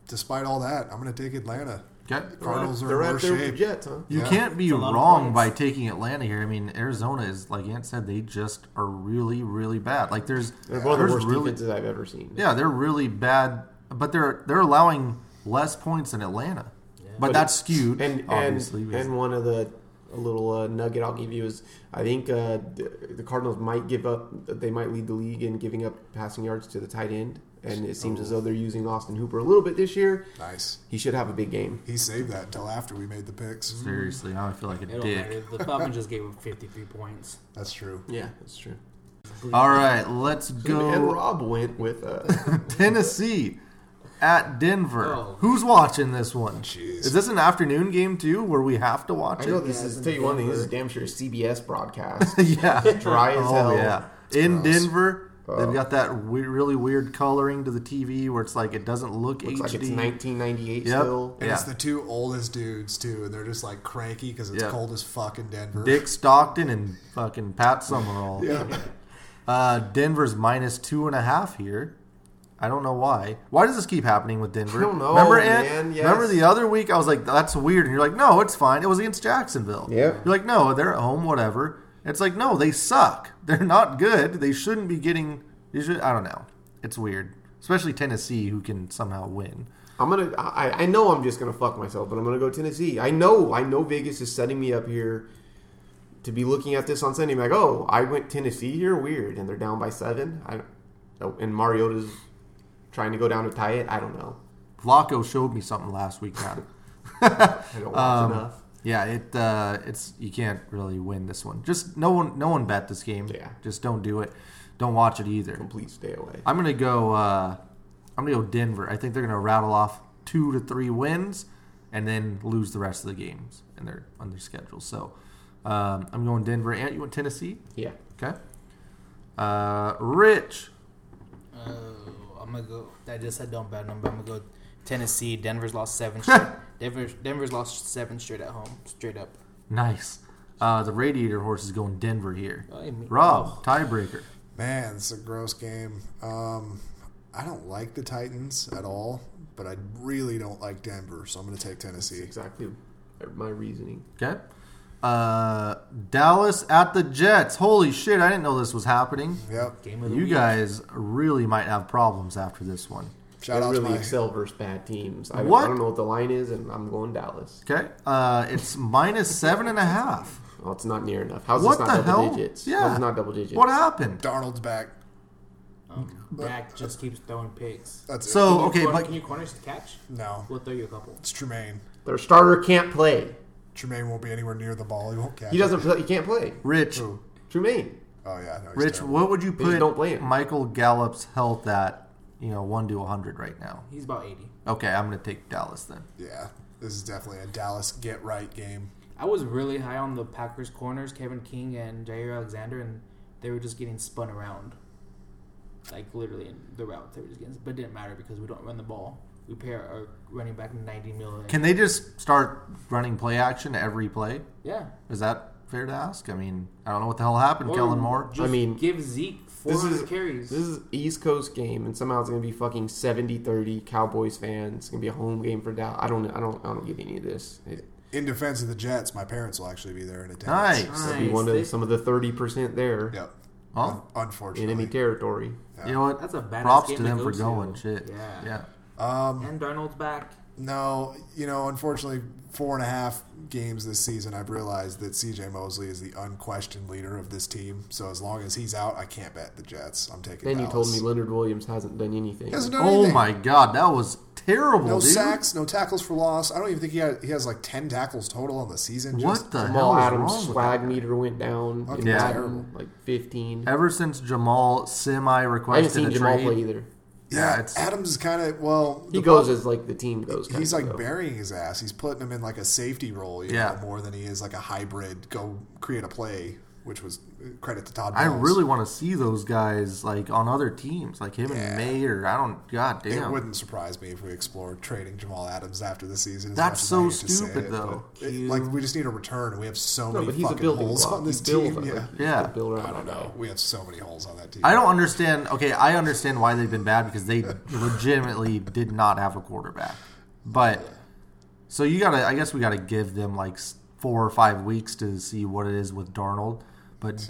[SPEAKER 2] Despite all that, I'm going to take Atlanta.
[SPEAKER 1] okay.
[SPEAKER 2] Cardinals
[SPEAKER 3] they're
[SPEAKER 2] are in
[SPEAKER 3] right
[SPEAKER 2] worse
[SPEAKER 3] there with the
[SPEAKER 2] shape.
[SPEAKER 3] Jets, huh?
[SPEAKER 1] You
[SPEAKER 2] Yeah.
[SPEAKER 1] can't be
[SPEAKER 5] It's a lot of
[SPEAKER 1] wrong
[SPEAKER 5] points.
[SPEAKER 1] by taking Atlanta here. I mean, Arizona is like Ant said; they just are really, really bad. Like there's,
[SPEAKER 3] They're one of the
[SPEAKER 1] there's
[SPEAKER 3] worst
[SPEAKER 1] really,
[SPEAKER 3] defenses I've ever seen.
[SPEAKER 1] yeah, they're really bad, but they're they're allowing less points than Atlanta. But,
[SPEAKER 3] But-
[SPEAKER 1] that's skewed,
[SPEAKER 3] and
[SPEAKER 1] obviously.
[SPEAKER 3] and,
[SPEAKER 1] because-
[SPEAKER 3] and one of the a little uh, nugget I'll give you is I think uh, the, the Cardinals might give up. They might lead the league in giving up passing yards to the tight end, and it seems as though they're using Austin Hooper a little bit this year.
[SPEAKER 2] Nice.
[SPEAKER 3] He should have a big game.
[SPEAKER 2] He saved that until after we made the picks.
[SPEAKER 3] Mm-hmm.
[SPEAKER 1] seriously, now I feel like a
[SPEAKER 5] It don't
[SPEAKER 1] dick.
[SPEAKER 5] matter. The Falcons just gave up 53 points.
[SPEAKER 2] That's true.
[SPEAKER 3] Yeah, that's true.
[SPEAKER 1] All right, let's go.
[SPEAKER 3] And Rob went with uh,
[SPEAKER 1] <laughs>
[SPEAKER 3] <laughs>
[SPEAKER 1] Tennessee at Denver.
[SPEAKER 5] Oh.
[SPEAKER 1] Who's watching this one?
[SPEAKER 2] Jeez.
[SPEAKER 1] Is this an afternoon game too, where we have to watch
[SPEAKER 3] I
[SPEAKER 1] it?
[SPEAKER 3] know this is tell you one thing. This is damn sure CBS
[SPEAKER 1] <laughs>
[SPEAKER 3] broadcast.
[SPEAKER 1] yeah,
[SPEAKER 3] Dry as
[SPEAKER 1] oh
[SPEAKER 3] hell.
[SPEAKER 1] yeah, in
[SPEAKER 2] gross.
[SPEAKER 1] Denver.
[SPEAKER 3] Oh.
[SPEAKER 1] They've got that we- really weird coloring to the TV where it's like it doesn't look
[SPEAKER 3] Looks
[SPEAKER 1] HD.
[SPEAKER 3] like it's 1998
[SPEAKER 1] Yep.
[SPEAKER 3] still.
[SPEAKER 2] And it's
[SPEAKER 1] Yeah.
[SPEAKER 2] the two oldest dudes too, and they're just like cranky because it's
[SPEAKER 1] Yeah.
[SPEAKER 2] cold as fuck in Denver.
[SPEAKER 1] Dick Stockton and fucking Pat Summerall.
[SPEAKER 2] Yeah.
[SPEAKER 1] Uh, Denver's minus two and a half here. I don't know why. Why does this keep happening with Denver?
[SPEAKER 3] I don't know,
[SPEAKER 1] Remember, Ant?
[SPEAKER 3] man. Yes.
[SPEAKER 1] Remember the other week? I was like, "That's weird," and you're like, "No, it's fine. It was against Jacksonville."
[SPEAKER 3] Yeah.
[SPEAKER 1] You're like, "No, they're at home, whatever." It's like, "No, they suck. They're not good. They shouldn't be getting." You should. I don't know. It's weird, especially Tennessee, who can somehow win.
[SPEAKER 3] I'm gonna. I, I know I'm just gonna fuck myself, but I'm gonna go Tennessee. I know. I know Vegas is setting me up here to be looking at this on Sunday. and be like, oh, I went Tennessee here. Weird, and they're down by seven. I don't. oh, And Mariota's trying to go down to tie it. I don't know.
[SPEAKER 1] Flacco showed me something last week, man.
[SPEAKER 3] I don't watch
[SPEAKER 1] Um,
[SPEAKER 3] enough.
[SPEAKER 1] Yeah, it uh, it's you can't really win this one. Just no one no one bet this game.
[SPEAKER 3] Yeah.
[SPEAKER 1] Just don't do it. Don't watch it either.
[SPEAKER 3] Complete stay away.
[SPEAKER 1] I'm gonna go uh, I'm gonna go Denver. I think they're gonna rattle off two to three wins and then lose the rest of the games and they're on their schedule. So um, I'm going Denver. Ant, you went Tennessee?
[SPEAKER 3] Yeah.
[SPEAKER 1] Okay. Uh, Rich.
[SPEAKER 4] Oh, I'm gonna go. I just said don't bet them, but I'm gonna go Tennessee. Denver's lost
[SPEAKER 1] <laughs>
[SPEAKER 4] seven straight. Denver's Denver's lost seven straight at home, straight up.
[SPEAKER 1] Nice. Uh, the radiator horse is going Denver here.
[SPEAKER 4] Oh, I mean-
[SPEAKER 1] Rob, tiebreaker.
[SPEAKER 2] Man, it's a gross game. Um, I don't like the Titans at all, but I really don't like Denver, so I'm going to take Tennessee.
[SPEAKER 3] Exactly. My reasoning.
[SPEAKER 1] Okay. Uh, Dallas at the Jets. Holy shit, I didn't know this was happening.
[SPEAKER 2] Yep.
[SPEAKER 4] Game of the
[SPEAKER 1] You
[SPEAKER 4] week.
[SPEAKER 1] guys really might have problems after this one.
[SPEAKER 2] Shout
[SPEAKER 3] I
[SPEAKER 2] out
[SPEAKER 3] really
[SPEAKER 2] to my
[SPEAKER 3] excel versus bad teams. I,
[SPEAKER 1] What?
[SPEAKER 3] I don't know what the line is, and I'm going Dallas.
[SPEAKER 1] Okay. Uh, it's minus seven and a half.
[SPEAKER 3] Well, it's not near enough. How's
[SPEAKER 1] What the
[SPEAKER 3] this not double
[SPEAKER 1] hell?
[SPEAKER 3] digits?
[SPEAKER 1] Yeah.
[SPEAKER 3] How's it not double digits?
[SPEAKER 1] What happened?
[SPEAKER 2] Darnold's back.
[SPEAKER 4] Um, Dak just keeps throwing picks.
[SPEAKER 2] That's it.
[SPEAKER 1] So
[SPEAKER 4] Can you
[SPEAKER 1] okay,
[SPEAKER 4] corner-
[SPEAKER 1] but
[SPEAKER 4] can you corners to catch?
[SPEAKER 2] no,
[SPEAKER 4] We'll throw you a couple.
[SPEAKER 2] it's Tremaine.
[SPEAKER 3] Their starter can't play.
[SPEAKER 2] Tremaine won't be anywhere near the ball. He won't catch.
[SPEAKER 3] He doesn't. Play, he can't play.
[SPEAKER 1] Rich,
[SPEAKER 2] It. Ooh.
[SPEAKER 3] Trumaine.
[SPEAKER 2] Oh yeah, no, he's
[SPEAKER 1] Rich,
[SPEAKER 2] terrible.
[SPEAKER 1] what would you
[SPEAKER 3] They just
[SPEAKER 1] put
[SPEAKER 3] don't play him.
[SPEAKER 1] Michael Gallup's health at? You know, one to hundred right now.
[SPEAKER 4] He's about eighty.
[SPEAKER 1] Okay, I'm gonna take Dallas then.
[SPEAKER 2] Yeah, this is definitely a Dallas get right game.
[SPEAKER 4] I was really high on the Packers corners, Kevin King and Jair Alexander, and they were just getting spun around, like literally in the route they were just getting. But it didn't matter because we don't run the ball. We pay our, our running back ninety million.
[SPEAKER 1] Can they just start running play action every play?
[SPEAKER 4] yeah,
[SPEAKER 1] Is that fair to ask? I mean, I don't know what the hell happened.
[SPEAKER 4] Or
[SPEAKER 1] Kellen Moore.
[SPEAKER 3] I
[SPEAKER 4] Just
[SPEAKER 3] mean,
[SPEAKER 4] give Zeke four
[SPEAKER 3] this
[SPEAKER 4] hundred
[SPEAKER 3] is
[SPEAKER 4] carries.
[SPEAKER 3] This is East Coast game, and somehow it's gonna be fucking 70-30 Cowboys fans. It's gonna be a home game for Dallas. I don't. I don't. I don't get any of this. It,
[SPEAKER 2] In defense of the Jets, my parents will actually be there in attendance.
[SPEAKER 1] Nice.
[SPEAKER 3] it'll be
[SPEAKER 4] Nice.
[SPEAKER 3] one of
[SPEAKER 4] They-
[SPEAKER 3] some of the thirty percent there
[SPEAKER 2] Yep.
[SPEAKER 1] Oh,
[SPEAKER 3] in enemy
[SPEAKER 2] Unfortunately.
[SPEAKER 3] territory.
[SPEAKER 1] you know what?
[SPEAKER 4] That's a badass
[SPEAKER 1] Props
[SPEAKER 4] game
[SPEAKER 1] to
[SPEAKER 4] to
[SPEAKER 1] them
[SPEAKER 4] go
[SPEAKER 1] for
[SPEAKER 4] to.
[SPEAKER 1] going. Shit.
[SPEAKER 4] Yeah.
[SPEAKER 1] Yeah.
[SPEAKER 2] Um,
[SPEAKER 4] and Darnold's back.
[SPEAKER 2] no, you know, unfortunately, four and a half games this season, I've realized that CJ Mosley is the unquestioned leader of this team. So as long as he's out, I can't bet the Jets. I'm taking.
[SPEAKER 3] Then you
[SPEAKER 2] Dallas.
[SPEAKER 3] told me Leonard Williams hasn't done anything.
[SPEAKER 2] He hasn't done
[SPEAKER 1] Oh
[SPEAKER 2] anything.
[SPEAKER 1] my god, that was terrible,
[SPEAKER 2] No
[SPEAKER 1] dude.
[SPEAKER 2] sacks, no tackles for loss. I don't even think he had, he has like ten tackles total on the season.
[SPEAKER 1] What the
[SPEAKER 3] Jamal
[SPEAKER 1] hell is
[SPEAKER 3] Adams'
[SPEAKER 1] wrong with
[SPEAKER 3] swag
[SPEAKER 1] that?
[SPEAKER 3] meter went down.
[SPEAKER 2] Fucking
[SPEAKER 3] in
[SPEAKER 1] Yeah.
[SPEAKER 2] terrible.
[SPEAKER 3] Like fifteen.
[SPEAKER 1] Ever since Jamal semi
[SPEAKER 3] I haven't
[SPEAKER 1] requested
[SPEAKER 3] seen
[SPEAKER 1] a
[SPEAKER 3] Jamal
[SPEAKER 1] trade,
[SPEAKER 3] play either.
[SPEAKER 1] Yeah,
[SPEAKER 2] Yeah,
[SPEAKER 1] it's-
[SPEAKER 2] Adams is kind of well.
[SPEAKER 3] He
[SPEAKER 2] the
[SPEAKER 3] goes
[SPEAKER 2] prob-
[SPEAKER 3] as like the team goes. kinda,
[SPEAKER 2] he's like
[SPEAKER 3] though.
[SPEAKER 2] burying his ass. He's putting him in like a safety role, you
[SPEAKER 1] Yeah.
[SPEAKER 2] know, more than he is like a hybrid go create a play, which was uh, credit to Todd.
[SPEAKER 1] I
[SPEAKER 2] Bowles.
[SPEAKER 1] really want to see those guys like on other teams, like him
[SPEAKER 2] Yeah.
[SPEAKER 1] and Mayer. I don't. God
[SPEAKER 2] It
[SPEAKER 1] damn.
[SPEAKER 2] wouldn't surprise me if we explored trading Jamal Adams after the season. as
[SPEAKER 1] That's
[SPEAKER 2] much as
[SPEAKER 1] so
[SPEAKER 2] I hate to say
[SPEAKER 1] stupid,
[SPEAKER 2] it,
[SPEAKER 1] though.
[SPEAKER 2] but it- like we just need a return. We have so
[SPEAKER 3] No,
[SPEAKER 2] many
[SPEAKER 3] but he's a
[SPEAKER 2] fucking
[SPEAKER 3] building
[SPEAKER 2] holes
[SPEAKER 3] block.
[SPEAKER 2] on this
[SPEAKER 3] He builds
[SPEAKER 2] team.
[SPEAKER 3] it,
[SPEAKER 2] Yeah.
[SPEAKER 3] like,
[SPEAKER 1] Yeah.
[SPEAKER 3] he's a builder.
[SPEAKER 2] I don't know. We have so many holes on that team.
[SPEAKER 1] I don't understand. Okay, I understand why they've been bad because they <laughs> legitimately did not have a quarterback. But so you gotta. I guess we gotta give them like s- four or five weeks to see what it is with Darnold. But
[SPEAKER 3] They're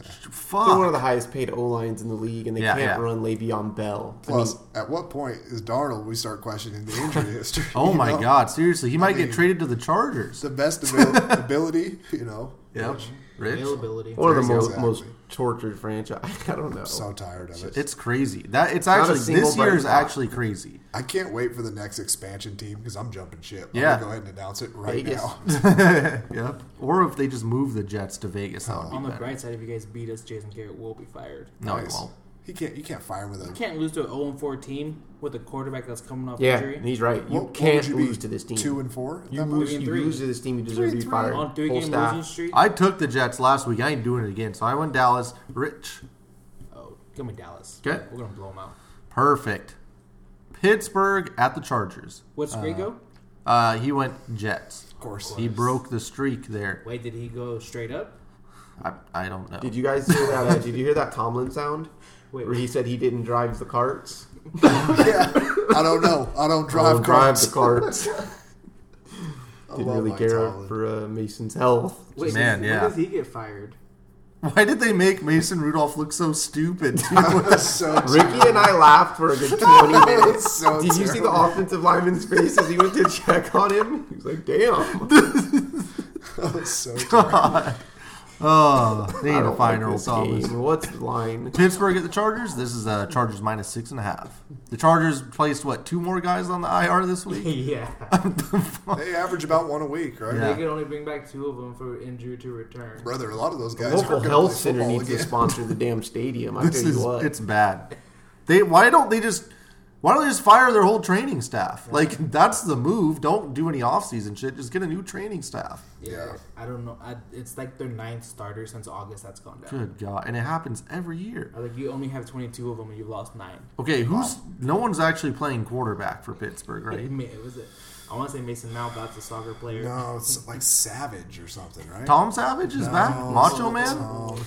[SPEAKER 3] one of
[SPEAKER 1] fuck.
[SPEAKER 3] the highest paid O lines in the league, and they
[SPEAKER 1] Yeah,
[SPEAKER 3] can't
[SPEAKER 1] yeah.
[SPEAKER 3] run Le'Veon Bell. I
[SPEAKER 2] Plus, at what point is Darnold? We start questioning the injury history.
[SPEAKER 1] Oh
[SPEAKER 2] you
[SPEAKER 1] my
[SPEAKER 2] know?
[SPEAKER 1] god! Seriously, he might
[SPEAKER 2] mean-
[SPEAKER 1] get traded to the Chargers.
[SPEAKER 2] It's the best abil- ability, you know.
[SPEAKER 1] Yep.
[SPEAKER 2] which
[SPEAKER 1] Rich?
[SPEAKER 5] Availability.
[SPEAKER 3] Or the mo-
[SPEAKER 2] Exactly.
[SPEAKER 3] most tortured franchise. <laughs> I don't know.
[SPEAKER 2] So tired of it.
[SPEAKER 1] It's crazy. That it's
[SPEAKER 3] Not a
[SPEAKER 1] actually
[SPEAKER 3] single
[SPEAKER 1] this year is
[SPEAKER 3] bright spot.
[SPEAKER 1] actually
[SPEAKER 3] <laughs>
[SPEAKER 1] crazy.
[SPEAKER 2] I can't wait for the next expansion team because I'm jumping ship. I'm
[SPEAKER 1] Yeah.
[SPEAKER 2] gonna go ahead and announce it right
[SPEAKER 6] Vegas.
[SPEAKER 2] now.
[SPEAKER 1] yep. Or if they just move the Jets to Vegas, that would be
[SPEAKER 5] On the
[SPEAKER 1] better.
[SPEAKER 5] bright side, if you guys beat us, Jason Garrett will be fired.
[SPEAKER 1] No,
[SPEAKER 2] Nice.
[SPEAKER 1] you won't.
[SPEAKER 2] He can't. You can't fire him with
[SPEAKER 5] You
[SPEAKER 2] a.
[SPEAKER 5] can't lose to an 0 4 team with a quarterback that's coming off
[SPEAKER 3] Yeah, and
[SPEAKER 5] injury.
[SPEAKER 3] he's right. You
[SPEAKER 2] what- what
[SPEAKER 3] can't
[SPEAKER 2] would you be,
[SPEAKER 3] lose to this team.
[SPEAKER 2] Two and four.
[SPEAKER 3] you
[SPEAKER 2] That much?
[SPEAKER 3] lose,
[SPEAKER 5] Three and
[SPEAKER 3] you
[SPEAKER 5] three.
[SPEAKER 3] lose to this team. You deserve to be fired.
[SPEAKER 5] On three
[SPEAKER 3] Whole
[SPEAKER 5] game
[SPEAKER 3] staff.
[SPEAKER 5] losing streak.
[SPEAKER 1] I took the Jets last week. I ain't doing it again. So I went Dallas. Rich.
[SPEAKER 5] oh, give me Dallas.
[SPEAKER 1] Okay.
[SPEAKER 5] We're going to blow them out.
[SPEAKER 1] Perfect. Pittsburgh at the Chargers.
[SPEAKER 5] What's Gray go?
[SPEAKER 1] Uh, he went Jets.
[SPEAKER 2] Of course.
[SPEAKER 1] He broke the streak there.
[SPEAKER 5] Wait, did he go straight up?
[SPEAKER 1] I, I don't know.
[SPEAKER 3] Did you guys hear
[SPEAKER 5] <laughs>
[SPEAKER 3] that? Uh, did you hear that Tomlin sound?
[SPEAKER 5] Wait.
[SPEAKER 3] Where he said he didn't drive the carts.
[SPEAKER 2] yeah. <laughs> I don't know. I don't drive
[SPEAKER 3] Don't
[SPEAKER 2] cars. <laughs>
[SPEAKER 3] the carts.
[SPEAKER 2] I
[SPEAKER 3] Didn't
[SPEAKER 2] love
[SPEAKER 3] really
[SPEAKER 2] Mike
[SPEAKER 3] care
[SPEAKER 2] Tomlin.
[SPEAKER 3] for uh, Mason's health.
[SPEAKER 5] Wait,
[SPEAKER 1] Man,
[SPEAKER 5] when
[SPEAKER 1] yeah.
[SPEAKER 5] does he
[SPEAKER 1] <laughs>
[SPEAKER 5] get fired?
[SPEAKER 1] Why did they make Mason Rudolph look so
[SPEAKER 3] <laughs>
[SPEAKER 1] stupid? dude?
[SPEAKER 3] Oh,
[SPEAKER 2] That was so.
[SPEAKER 3] Ricky and I laughed for
[SPEAKER 2] <laughs>
[SPEAKER 3] a good 20 minutes.
[SPEAKER 2] so
[SPEAKER 3] Did you see the
[SPEAKER 2] terrible.
[SPEAKER 3] offensive lineman's face as he went to check on him? He was like, damn.
[SPEAKER 2] That was so. terrible.
[SPEAKER 1] God. <laughs> Oh, they
[SPEAKER 3] I
[SPEAKER 1] need to
[SPEAKER 3] don't
[SPEAKER 1] find
[SPEAKER 3] like
[SPEAKER 1] Earl
[SPEAKER 3] this
[SPEAKER 1] Thomas.
[SPEAKER 3] game. What's
[SPEAKER 1] <laughs>
[SPEAKER 3] the line?
[SPEAKER 1] Pittsburgh at the Chargers. This is uh, Chargers minus six and a half. The Chargers placed what two more guys on the IR this
[SPEAKER 3] <laughs>
[SPEAKER 1] week.
[SPEAKER 5] yeah.
[SPEAKER 2] They average about one a week, right?
[SPEAKER 1] Yeah.
[SPEAKER 5] They could only bring back two of them for injury to return.
[SPEAKER 2] Brother, a lot of those guys.
[SPEAKER 3] Local
[SPEAKER 2] aren't gonna
[SPEAKER 3] health
[SPEAKER 2] play
[SPEAKER 3] center
[SPEAKER 2] football
[SPEAKER 3] needs to
[SPEAKER 2] again.
[SPEAKER 3] sponsor the damn stadium. I
[SPEAKER 1] <laughs> This
[SPEAKER 3] tell you
[SPEAKER 1] is
[SPEAKER 3] what.
[SPEAKER 1] it's bad. They why don't they just why don't they just fire their whole training staff? Like that's the move. Don't do any offseason shit. Just get a new training staff.
[SPEAKER 2] Yeah.
[SPEAKER 5] I don't know. I, it's like their ninth starter since August that's gone down.
[SPEAKER 1] Good God, and it happens every year.
[SPEAKER 5] I Like you only have 22 of them and you've lost nine.
[SPEAKER 1] Okay, who's no one's actually playing quarterback for Pittsburgh,
[SPEAKER 3] <laughs>
[SPEAKER 5] I
[SPEAKER 1] right?
[SPEAKER 5] mean, it was a, I want to say Mason Mount, that's a soccer player.
[SPEAKER 2] No, it's like Savage or something, right?
[SPEAKER 1] Tom Savage is
[SPEAKER 2] No,
[SPEAKER 1] back. Macho
[SPEAKER 2] it's
[SPEAKER 1] Man.
[SPEAKER 2] Tom.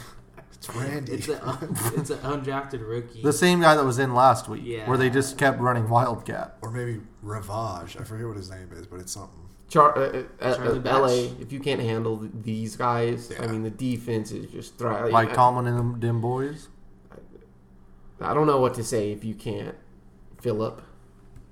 [SPEAKER 2] It's Randy.
[SPEAKER 5] It's a <laughs> it's an undrafted rookie.
[SPEAKER 1] The same guy that was in last week,
[SPEAKER 5] Yeah.
[SPEAKER 1] where they just kept running Wildcat.
[SPEAKER 2] or maybe Ravage. I forget what his name is, but it's something.
[SPEAKER 3] Char- uh, uh, uh,
[SPEAKER 5] Charlie Batch.
[SPEAKER 3] LA, if you can't handle th- these guys, I
[SPEAKER 2] Yeah.
[SPEAKER 3] mean, the defense is just thriving.
[SPEAKER 1] Mike Tomlin and them, them boys.
[SPEAKER 3] I don't know what to say if you can't, Philip.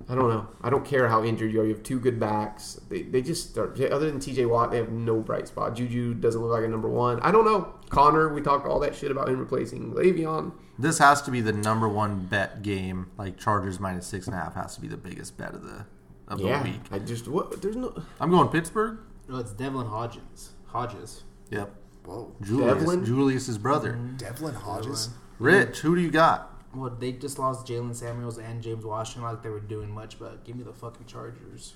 [SPEAKER 3] I don't know. I don't care how injured you are. You have two good backs. They, they just start. Other than TJ Watt, they have no bright spot. Juju doesn't look like a number one. I don't know. Connor, we talked all that shit about him replacing Le'Veon.
[SPEAKER 1] This has to be the number one bet game. Like Chargers minus six and a half has to be the biggest bet of the of
[SPEAKER 3] yeah,
[SPEAKER 1] the week.
[SPEAKER 3] I just what? There's no
[SPEAKER 1] I'm going Pittsburgh.
[SPEAKER 5] no, it's Devlin Hodges. Hodges.
[SPEAKER 1] Yep.
[SPEAKER 2] Whoa.
[SPEAKER 1] Julius.
[SPEAKER 3] Devlin? Mm-hmm.
[SPEAKER 1] Julius's brother.
[SPEAKER 2] Devlin Hodges?
[SPEAKER 1] Rich, who do you got?
[SPEAKER 5] Well, they just lost Jalen Samuels and James Washington like they were doing much, but give me the fucking Chargers.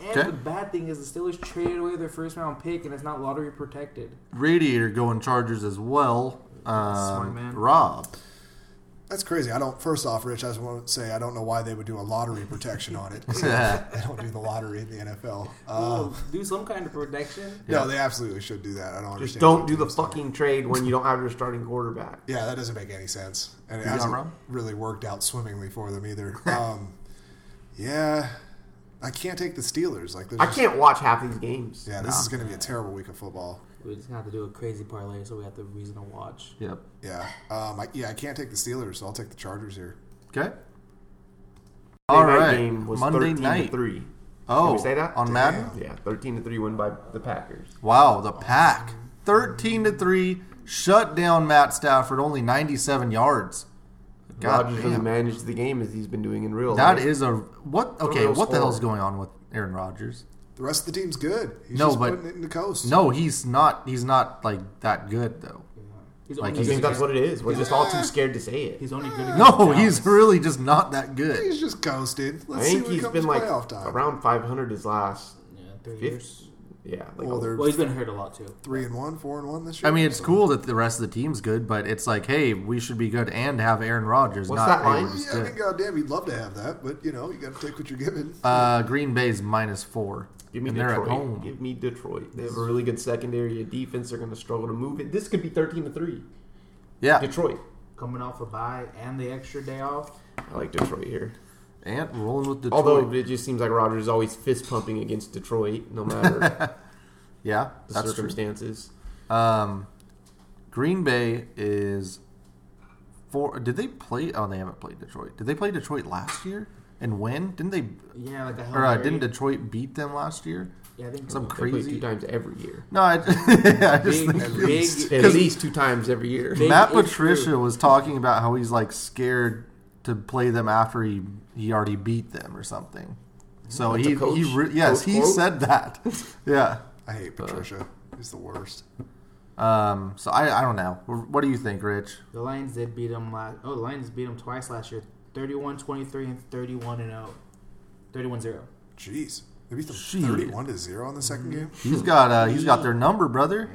[SPEAKER 5] And
[SPEAKER 1] Okay.
[SPEAKER 5] the bad thing is the Steelers traded away their first round pick, and it's not lottery protected.
[SPEAKER 1] Radiator going Chargers as well. Um,
[SPEAKER 5] Swingman.
[SPEAKER 1] Rob.
[SPEAKER 2] That's crazy. I don't. First off, Rich, I just want to say I don't know why they would do a lottery protection on it. they don't do the lottery in the NFL. Uh,
[SPEAKER 5] Oh, do some kind of protection.
[SPEAKER 2] No, they absolutely should do that. I don't
[SPEAKER 3] just
[SPEAKER 2] understand.
[SPEAKER 3] don't
[SPEAKER 2] what
[SPEAKER 3] do the
[SPEAKER 2] teams
[SPEAKER 3] fucking trade when you don't have your starting quarterback.
[SPEAKER 2] Yeah, that doesn't make any sense, and it
[SPEAKER 1] got
[SPEAKER 2] hasn't
[SPEAKER 1] Rob?
[SPEAKER 2] really worked out swimmingly for them
[SPEAKER 3] <laughs>
[SPEAKER 2] either. Um, yeah, I can't take the Steelers. Like, there's
[SPEAKER 3] I
[SPEAKER 2] just-
[SPEAKER 3] can't watch half these games.
[SPEAKER 2] Yeah, this is going to be a terrible week of football.
[SPEAKER 5] We just have to do a crazy parlay, so we have the reason to watch.
[SPEAKER 1] Yep.
[SPEAKER 2] Yeah, um, I, yeah, I can't take the Steelers, so I'll take the Chargers here.
[SPEAKER 1] Okay. All
[SPEAKER 3] Monday night
[SPEAKER 1] right.
[SPEAKER 3] game was
[SPEAKER 1] Monday
[SPEAKER 3] 13
[SPEAKER 1] night.
[SPEAKER 3] to three.
[SPEAKER 1] Oh,
[SPEAKER 3] Can we say that?
[SPEAKER 1] on Madden.
[SPEAKER 3] Yeah, thirteen to three win by the Packers.
[SPEAKER 1] Wow, the pack. 13 to 3 shut down Matt Stafford only 97 yards. God
[SPEAKER 3] Rodgers has
[SPEAKER 1] damn.
[SPEAKER 3] managed the game as he's been doing in real.
[SPEAKER 1] That
[SPEAKER 3] life.
[SPEAKER 1] is a what okay,
[SPEAKER 3] real
[SPEAKER 1] what the
[SPEAKER 3] score.
[SPEAKER 1] hell's going on with Aaron Rodgers?
[SPEAKER 2] The rest of the team's good. He's
[SPEAKER 1] No,
[SPEAKER 2] just
[SPEAKER 1] but-
[SPEAKER 2] putting it in the coast.
[SPEAKER 1] No, he's not he's not like that good though. <laughs>
[SPEAKER 5] He's
[SPEAKER 1] Like,
[SPEAKER 5] only
[SPEAKER 3] You
[SPEAKER 1] he's- "Ah."
[SPEAKER 3] think
[SPEAKER 5] good
[SPEAKER 3] that's
[SPEAKER 5] against,
[SPEAKER 3] what it is? We're just all too scared to say it.
[SPEAKER 5] he's only good against
[SPEAKER 1] No,
[SPEAKER 5] Dallas.
[SPEAKER 1] he's really just not that good.
[SPEAKER 2] he's just coasted.
[SPEAKER 3] I
[SPEAKER 2] Let's see
[SPEAKER 3] think
[SPEAKER 2] what
[SPEAKER 3] he's
[SPEAKER 2] comes
[SPEAKER 3] been like
[SPEAKER 2] playoff time.
[SPEAKER 3] around 500 his last.
[SPEAKER 5] yeah, three
[SPEAKER 3] Fifth-
[SPEAKER 5] years.
[SPEAKER 3] Yeah, like oh,
[SPEAKER 2] well, they're
[SPEAKER 5] Well, he's been hurt a lot too.
[SPEAKER 2] three and one, four and one this year.
[SPEAKER 1] I mean, it's cool that the rest of the team's good, but it's like, hey, we should be good and have Aaron Rodgers.
[SPEAKER 3] What's
[SPEAKER 1] not,
[SPEAKER 3] that
[SPEAKER 1] hey,
[SPEAKER 3] line?
[SPEAKER 1] we're just
[SPEAKER 2] Yeah, I mean,
[SPEAKER 1] good.
[SPEAKER 2] goddamn, you'd love to have that, but you know, you got to take what you're given.
[SPEAKER 1] Uh, Green Bay's minus four,
[SPEAKER 3] give me
[SPEAKER 1] and they're
[SPEAKER 3] Detroit.
[SPEAKER 1] at home.
[SPEAKER 3] Give me Detroit. They have a really good secondary. A defense. They're going to struggle to move it. This could be 13 to three.
[SPEAKER 1] Yeah,
[SPEAKER 3] Detroit.
[SPEAKER 5] Coming off a bye and the extra day off.
[SPEAKER 3] I like Detroit here.
[SPEAKER 1] and rolling with Detroit.
[SPEAKER 3] Although it just seems like Rodgers is always fist pumping against
[SPEAKER 1] <laughs>
[SPEAKER 3] Detroit, no matter
[SPEAKER 1] yeah,
[SPEAKER 3] the
[SPEAKER 1] that's true.
[SPEAKER 3] circumstances.
[SPEAKER 1] Um, Green Bay is four. Did they play? Oh, they haven't played Detroit. Did they play Detroit last year and win? Didn't they?
[SPEAKER 5] Yeah, like a Hail
[SPEAKER 1] Or uh,
[SPEAKER 5] Mary.
[SPEAKER 1] didn't Detroit beat them last year?
[SPEAKER 5] Yeah, I think
[SPEAKER 1] Some
[SPEAKER 3] They play two
[SPEAKER 1] crazy.
[SPEAKER 3] times every year.
[SPEAKER 1] No, I, I just <laughs>
[SPEAKER 5] big,
[SPEAKER 1] think
[SPEAKER 5] big,
[SPEAKER 3] At least two times every year.
[SPEAKER 5] big
[SPEAKER 1] Matt
[SPEAKER 5] is
[SPEAKER 1] Patricia was talking about how he's like scared to play them after he he already beat them or something. So
[SPEAKER 3] That's a
[SPEAKER 1] he
[SPEAKER 3] coach-
[SPEAKER 1] he re- yes
[SPEAKER 3] coach
[SPEAKER 1] he
[SPEAKER 3] quote?
[SPEAKER 1] said
[SPEAKER 3] <laughs>
[SPEAKER 1] that. yeah.
[SPEAKER 2] I hate Patricia. He's the worst.
[SPEAKER 1] Um. So I I don't know. What do you think, Rich?
[SPEAKER 5] The Lions did beat them last. Oh, the Lions beat them twice last year 31 23 and 31 and oh. 0. 31 0.
[SPEAKER 2] Jeez. They beat them
[SPEAKER 1] Shit.
[SPEAKER 2] 31 to 0 in the second game.
[SPEAKER 1] He's
[SPEAKER 3] Hmm.
[SPEAKER 1] got uh he's got their number, brother.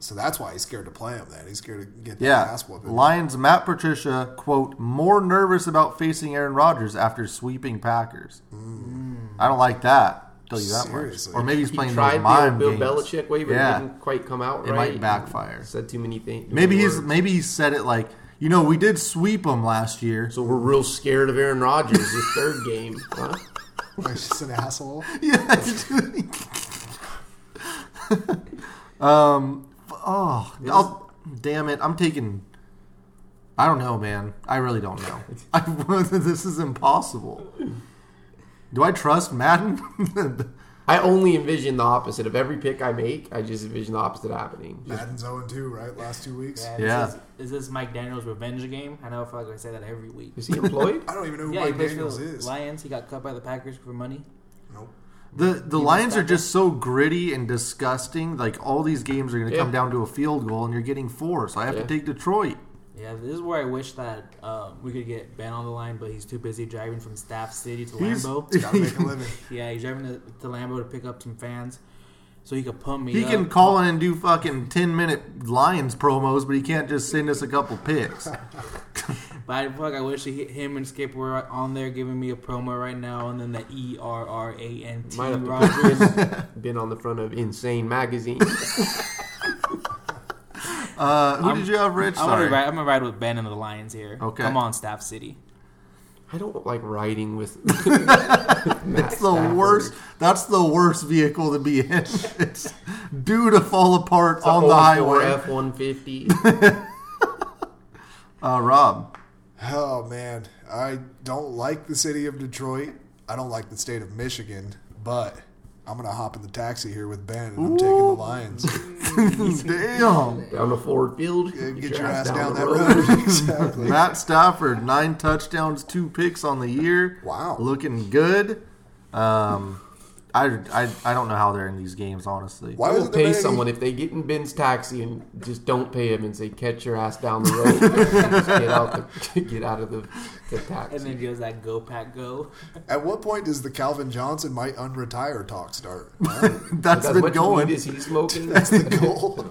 [SPEAKER 2] So that's why he's scared to play him then. He's scared to get that
[SPEAKER 1] Yeah.
[SPEAKER 2] ass whooping.
[SPEAKER 1] Lions Matt Patricia quote more nervous about facing Aaron Rodgers after sweeping Packers. I don't like that. Tell you that
[SPEAKER 2] Seriously.
[SPEAKER 1] much. Or maybe he's
[SPEAKER 3] He
[SPEAKER 1] playing
[SPEAKER 3] tried
[SPEAKER 1] those
[SPEAKER 3] the
[SPEAKER 1] mime
[SPEAKER 3] old Bill
[SPEAKER 1] games.
[SPEAKER 3] Belichick way, but
[SPEAKER 1] Yeah.
[SPEAKER 3] it didn't quite come out
[SPEAKER 1] It
[SPEAKER 3] right.
[SPEAKER 1] might backfire.
[SPEAKER 3] Said too many things.
[SPEAKER 1] Maybe he's
[SPEAKER 3] words.
[SPEAKER 1] maybe he said it like you know we did sweep him last year.
[SPEAKER 3] So we're real scared of Aaron Rodgers this third game. Huh?
[SPEAKER 2] He's just an asshole.
[SPEAKER 1] yeah. <laughs> um. f- Oh. I'll, damn it! I'm taking. I don't know, man. I really don't
[SPEAKER 5] <laughs>
[SPEAKER 1] know. I, <laughs> this is impossible. Do I trust Madden? <laughs>
[SPEAKER 3] I only envision the opposite of every pick I make. I just envision the opposite happening. Just-
[SPEAKER 2] Madden's 0 2, right? Last two weeks.
[SPEAKER 5] Yeah.
[SPEAKER 1] Yeah.
[SPEAKER 5] This is, is this Mike Daniels' revenge game? I know I feel like I say that every week.
[SPEAKER 3] Is he employed? <laughs>
[SPEAKER 2] I don't even know who
[SPEAKER 5] Yeah, he
[SPEAKER 2] Mike
[SPEAKER 5] plays for
[SPEAKER 2] Daniels
[SPEAKER 5] the
[SPEAKER 2] is.
[SPEAKER 5] Lions. He got cut by the Packers for money.
[SPEAKER 2] Nope.
[SPEAKER 1] The the Lions are just so gritty and disgusting. Like all these games are going to come
[SPEAKER 3] Yeah.
[SPEAKER 1] down to a field goal, and you're getting four. So I have
[SPEAKER 3] Yeah.
[SPEAKER 1] to take Detroit.
[SPEAKER 5] Yeah, this is where I wish that um, we could get Ben on the line, but he's too busy driving from Staff City to
[SPEAKER 1] He's-
[SPEAKER 5] Lambeau.
[SPEAKER 1] <laughs>
[SPEAKER 2] Gotta make a living. <laughs>
[SPEAKER 5] Yeah, he's driving to, to Lambeau to pick up some fans, so he could pump me.
[SPEAKER 1] He
[SPEAKER 5] up.
[SPEAKER 1] can call in and do fucking 10 minute Lions promos, but he can't just send us a couple
[SPEAKER 5] <laughs>
[SPEAKER 1] picks.
[SPEAKER 5] But I, fuck, I wish he, him and Skip were on there giving me a promo right now, and then the E R R A N T
[SPEAKER 3] Might have to
[SPEAKER 5] Rogers.
[SPEAKER 3] Been on the front of Insane magazine.
[SPEAKER 1] Uh, who did you have, Rich?
[SPEAKER 5] <laughs> I'm gonna
[SPEAKER 1] Sorry.
[SPEAKER 5] ride. I'm gonna ride with Ben and the Lions here.
[SPEAKER 1] Okay.
[SPEAKER 5] come on, Staff City.
[SPEAKER 3] I don't like riding with.
[SPEAKER 1] That's the worst. That's the worst vehicle to be in. <laughs> It's due to fall apart <laughs> on the highway.
[SPEAKER 3] F one fifty.
[SPEAKER 1] Uh,
[SPEAKER 2] <laughs>
[SPEAKER 1] Rob.
[SPEAKER 2] Oh man, I don't like the city of Detroit. I don't like the state of Michigan, but I'm gonna hop in the taxi here with Ben and I'm taking the Lions.
[SPEAKER 1] Damn.
[SPEAKER 3] down the Ford Field.
[SPEAKER 2] Get, your ass down, that
[SPEAKER 3] the
[SPEAKER 2] road. <laughs> exactly.
[SPEAKER 1] Matt Stafford, nine touchdowns, two picks on the year.
[SPEAKER 2] Wow.
[SPEAKER 1] Looking good. Um, I, I, I don't know how they're in these games, honestly.
[SPEAKER 2] Why
[SPEAKER 3] I will
[SPEAKER 2] wasn't there
[SPEAKER 3] pay
[SPEAKER 2] any-
[SPEAKER 3] someone if they get in Ben's taxi and just don't pay him and say, "Catch your ass down
[SPEAKER 2] <laughs>
[SPEAKER 3] the road." Just get out the <laughs> get out of the, the
[SPEAKER 5] And
[SPEAKER 3] taxi.
[SPEAKER 5] then goes that Go Pack Go.
[SPEAKER 2] At what point does the Calvin Johnson might unretire talk start?
[SPEAKER 1] <laughs> That's
[SPEAKER 3] As
[SPEAKER 1] been
[SPEAKER 3] much
[SPEAKER 1] going.
[SPEAKER 3] weed is
[SPEAKER 2] <laughs>
[SPEAKER 3] he smoking?
[SPEAKER 2] Goal.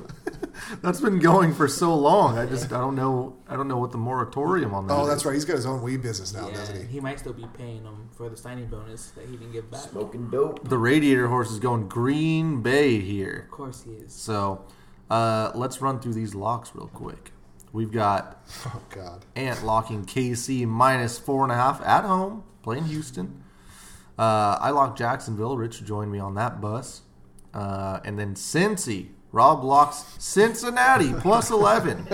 [SPEAKER 1] That's been going for so long. I just I don't know I don't know what the moratorium on that.
[SPEAKER 2] Oh,
[SPEAKER 1] is.
[SPEAKER 2] that's right. He's got his own weed business now,
[SPEAKER 5] Yeah,
[SPEAKER 2] doesn't Oh, he?
[SPEAKER 5] he might still be paying them for the signing bonus that he didn't give back. Of
[SPEAKER 3] smoking dope.
[SPEAKER 1] the radiator horse is going Green Bay here.
[SPEAKER 5] course he is. <laughs>
[SPEAKER 1] So uh, let's run through these locks real quick. We've got
[SPEAKER 2] Oh God.
[SPEAKER 1] Ant locking KC minus four and a half at home playing Houston. Uh, I locked Jacksonville. Rich joined me on that bus, uh, and then Cincy. Rob locks Cincinnati
[SPEAKER 2] <laughs>
[SPEAKER 1] plus eleven.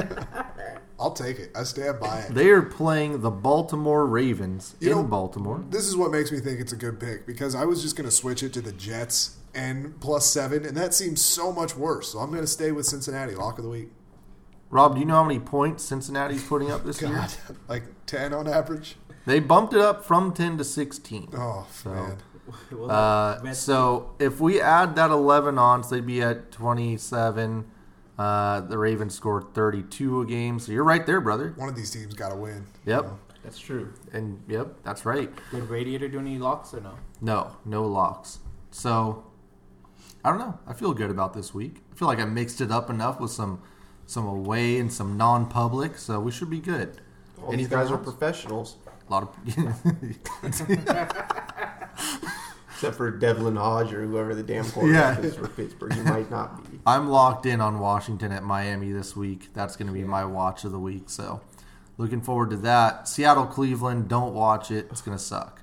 [SPEAKER 2] I'll take it. I stand by it.
[SPEAKER 1] they are playing the Baltimore Ravens
[SPEAKER 2] You
[SPEAKER 1] in
[SPEAKER 2] know-
[SPEAKER 1] Baltimore.
[SPEAKER 2] This is what makes me think it's a good pick because I was just going to switch it to the Jets and plus seven, and that seems so much worse. So I'm going to stay with Cincinnati. Lock of the week.
[SPEAKER 1] Rob, do you know how many points Cincinnati's putting up this year?
[SPEAKER 2] God, like ten on average.
[SPEAKER 1] They bumped it up from 10 to 16.
[SPEAKER 2] Oh man,
[SPEAKER 5] Well,
[SPEAKER 1] Uh,
[SPEAKER 5] Redskins-
[SPEAKER 1] so if we add that 11 on, so they'd be at 27. Uh, the Ravens scored 32 a game. So you're right there, brother.
[SPEAKER 2] one of these teams got to win.
[SPEAKER 1] Yep.
[SPEAKER 3] That's true.
[SPEAKER 1] And yep, that's right.
[SPEAKER 5] did Radiator do any locks or no?
[SPEAKER 1] No, no locks. So I don't know. I feel good about this week. I feel like I mixed it up enough with some some away and some non-public, so we should be good.
[SPEAKER 3] All these
[SPEAKER 1] Anything
[SPEAKER 3] guys are
[SPEAKER 1] else?
[SPEAKER 3] professionals,
[SPEAKER 1] A lot of <laughs>
[SPEAKER 3] except for Devlin Hodge or whoever the damn quarterback is for Pittsburgh. He might not
[SPEAKER 2] <laughs>
[SPEAKER 3] be.
[SPEAKER 1] I'm locked in on Washington at Miami this week. That's going to be my watch of the week. So, looking forward to that. Seattle, Cleveland, don't watch it. It's going to suck.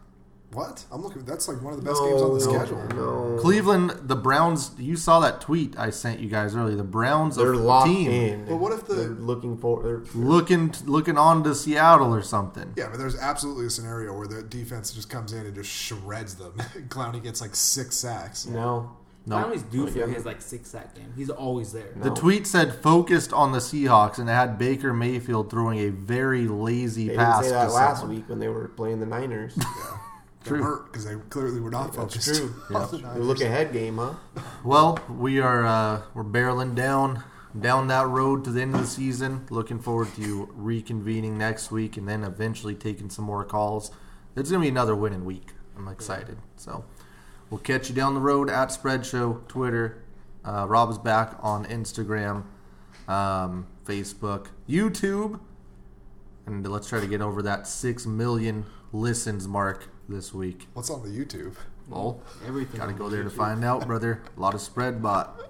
[SPEAKER 2] What? I'm looking. That's like one of the best games on the schedule.
[SPEAKER 3] No,
[SPEAKER 1] Cleveland, the Browns. You saw that tweet I sent you guys earlier. The Browns
[SPEAKER 3] they're
[SPEAKER 1] a
[SPEAKER 3] locked
[SPEAKER 1] team
[SPEAKER 3] in.
[SPEAKER 2] But what if the-
[SPEAKER 3] they're looking for? They're,
[SPEAKER 1] looking looking on to Seattle or something.
[SPEAKER 2] Yeah, but there's absolutely a scenario <laughs> where the defense just comes in and just shreds them. Clowney gets like six sacks.
[SPEAKER 3] no,
[SPEAKER 1] No.
[SPEAKER 4] Conley's due for
[SPEAKER 7] yeah.
[SPEAKER 4] his like six sack game. He's always there.
[SPEAKER 1] The tweet said focused on the Seahawks and it had Baker Mayfield throwing a very lazy
[SPEAKER 7] They didn't
[SPEAKER 1] pass
[SPEAKER 7] say that
[SPEAKER 1] to
[SPEAKER 7] last
[SPEAKER 1] someone.
[SPEAKER 7] week when they were playing the Niners.
[SPEAKER 2] <laughs>
[SPEAKER 1] True.
[SPEAKER 2] because they clearly were not
[SPEAKER 7] That's
[SPEAKER 2] focused. <laughs>
[SPEAKER 7] true.
[SPEAKER 2] on
[SPEAKER 1] Yeah.
[SPEAKER 2] the
[SPEAKER 7] the
[SPEAKER 2] Niners.
[SPEAKER 7] look ahead game, huh?
[SPEAKER 1] Well, we are uh, we're barreling down down that road to the end of the season. Looking forward to reconvening next week and then eventually taking some more calls. It's gonna be another winning week. I'm excited. So we'll catch you down the road at Spread Show Twitter. Uh, Rob is back on Instagram, um, Facebook, YouTube, and let's try to get over that six million listens mark this week.
[SPEAKER 2] What's on the YouTube?
[SPEAKER 1] Well,
[SPEAKER 4] Everything.
[SPEAKER 1] gotta go there to find out, brother. A lot of spread bot.